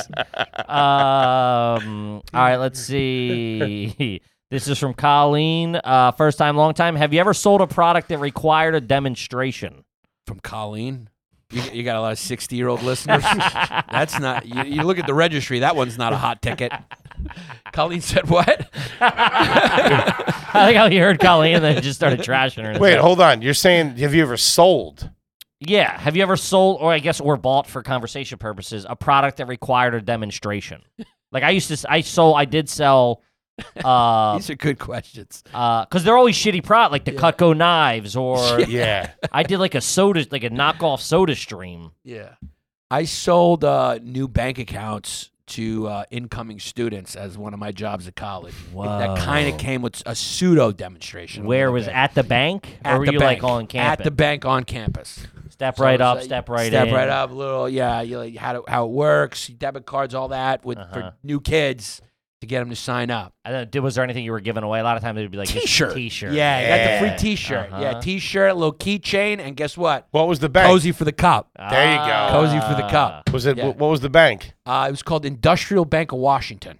Um, all right, let's see. This is from Colleen. Uh, first time, long time. Have you ever sold a product that required a demonstration? From Colleen. You, you got a lot of 60 year old listeners. That's not, you, you look at the registry, that one's not a hot ticket. Colleen said what? I like how he heard Colleen and then just started trashing her. Wait, hold on. You're saying have you ever sold? Yeah. Have you ever sold, or I guess, or bought for conversation purposes, a product that required a demonstration? Like I used to, s- I sold, I did sell, uh, These are good questions. because they're always shitty product, like the Cutco knives, or Yeah. I did like a soda, like a knockoff Soda Stream. Yeah. I sold uh, new bank accounts to uh, incoming students as one of my jobs at college. That kind of came with a pseudo demonstration. a Where little was bit. at the bank, or were the you bank. like on campus? At the bank on campus. step So right it's up, like, step right step in. right up. Little yeah, you like how to, how it works, debit cards, all that with Uh-huh. for new kids to get them to sign up. And then, did- was there anything you were giving away? A lot of times it'd be like just T-shirt, T-shirt. Yeah, you got the Yeah. free T-shirt. Yeah, Uh-huh. T-shirt, little keychain, and guess what? What was the bank? Cozy for the cup. There you go. Ah. Cozy for the cup. Was it? Yeah. What was the bank? Uh, it was called Industrial Bank of Washington.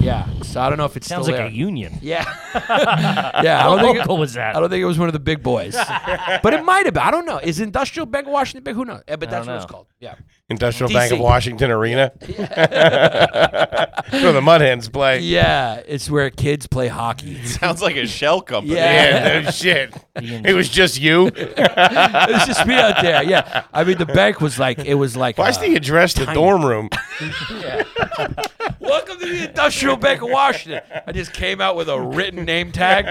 Yeah, so I don't know if it's Sounds still like there. a union. yeah, yeah. I How don't think. local was I that? don't think it was one of the big boys, but it might have been. I don't know. Is Industrial Bank of Washington big? Who knows? Yeah, but that's what it's know. called. Yeah. Industrial Bank of DC. Washington Arena. Where the Mudhens play. Yeah, it's where kids play hockey. Sounds like a shell company. Yeah. Yeah, no shit. It was just you. it's just me out there. Yeah, I mean the bank was like it was like. Why's uh, the address the dorm room? Welcome to the Industrial Bank of Washington. I just came out with a written name tag.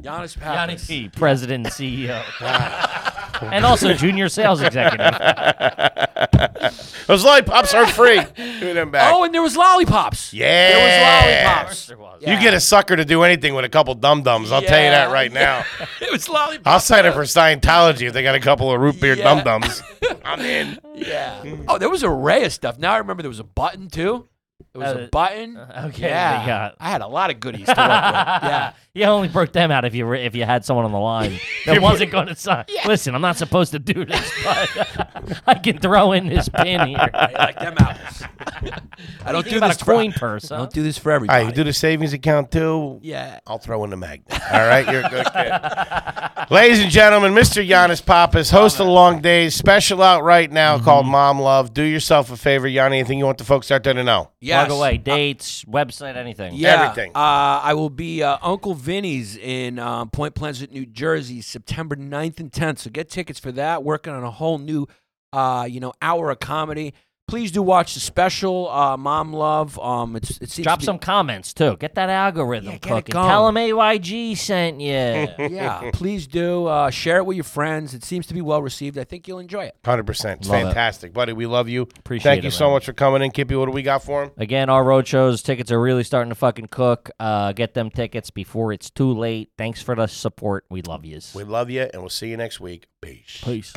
Giannis Pappas. Johnny P, president and CEO. and also junior sales executive. Those lollipops are free. Give me them back. Oh, and there was lollipops. yeah. There was lollipops. You get a sucker to do anything with a couple dum dums. I'll tell you that Yeah. right now. It was lollipops. I'll sign up for Scientology if they got a couple of root beer Yeah. dum dums. I'm in. Yeah. Oh, there was an array of stuff. Now I remember there was a button too. It was Uh, a button. okay, Yeah. they got- I had a lot of goodies to work with. Yeah. You only broke them out if you were, if you had someone on the line that wasn't going to sign. Listen, I'm not supposed to do this, but I can throw in this pin here. I like them apples. I don't Think do about this a for- coin purse. I huh? don't do this for All everybody. right, you do the savings account too. yeah. I'll throw in the magnet. All right, you're a good kid. Ladies and gentlemen, Mr. Giannis Pappas, host of Long Days, special out right now Mm-hmm. called Mom Love. Do yourself a favor, Yanni. Anything you want the folks out there to know? Yes. Uh, Plug away dates, website, anything. Yeah, Everything. Uh, I will be uh, Uncle Vinny's in um, Point Pleasant, New Jersey, September 9th and 10th. So get tickets for that. Working on a whole new, uh, you know, hour of comedy. Please do watch the special, uh, Mom Love. Um, it's it seems Drop to be- some comments too. Get that algorithm Yeah, get it cooking. going. Tell them AYG sent you. yeah, please do uh, share it with your friends. It seems to be well received. I think you'll enjoy it. Hundred percent, it's Love it. fantastic, buddy. We love you. Appreciate Thank it, you so man. much for coming in, Kippy. What do we got for him? Again, our road shows tickets are really starting to fucking cook. Uh, get them tickets before it's too late. Thanks for the support. We love yous. We love you, and we'll see you next week. Peace. Peace.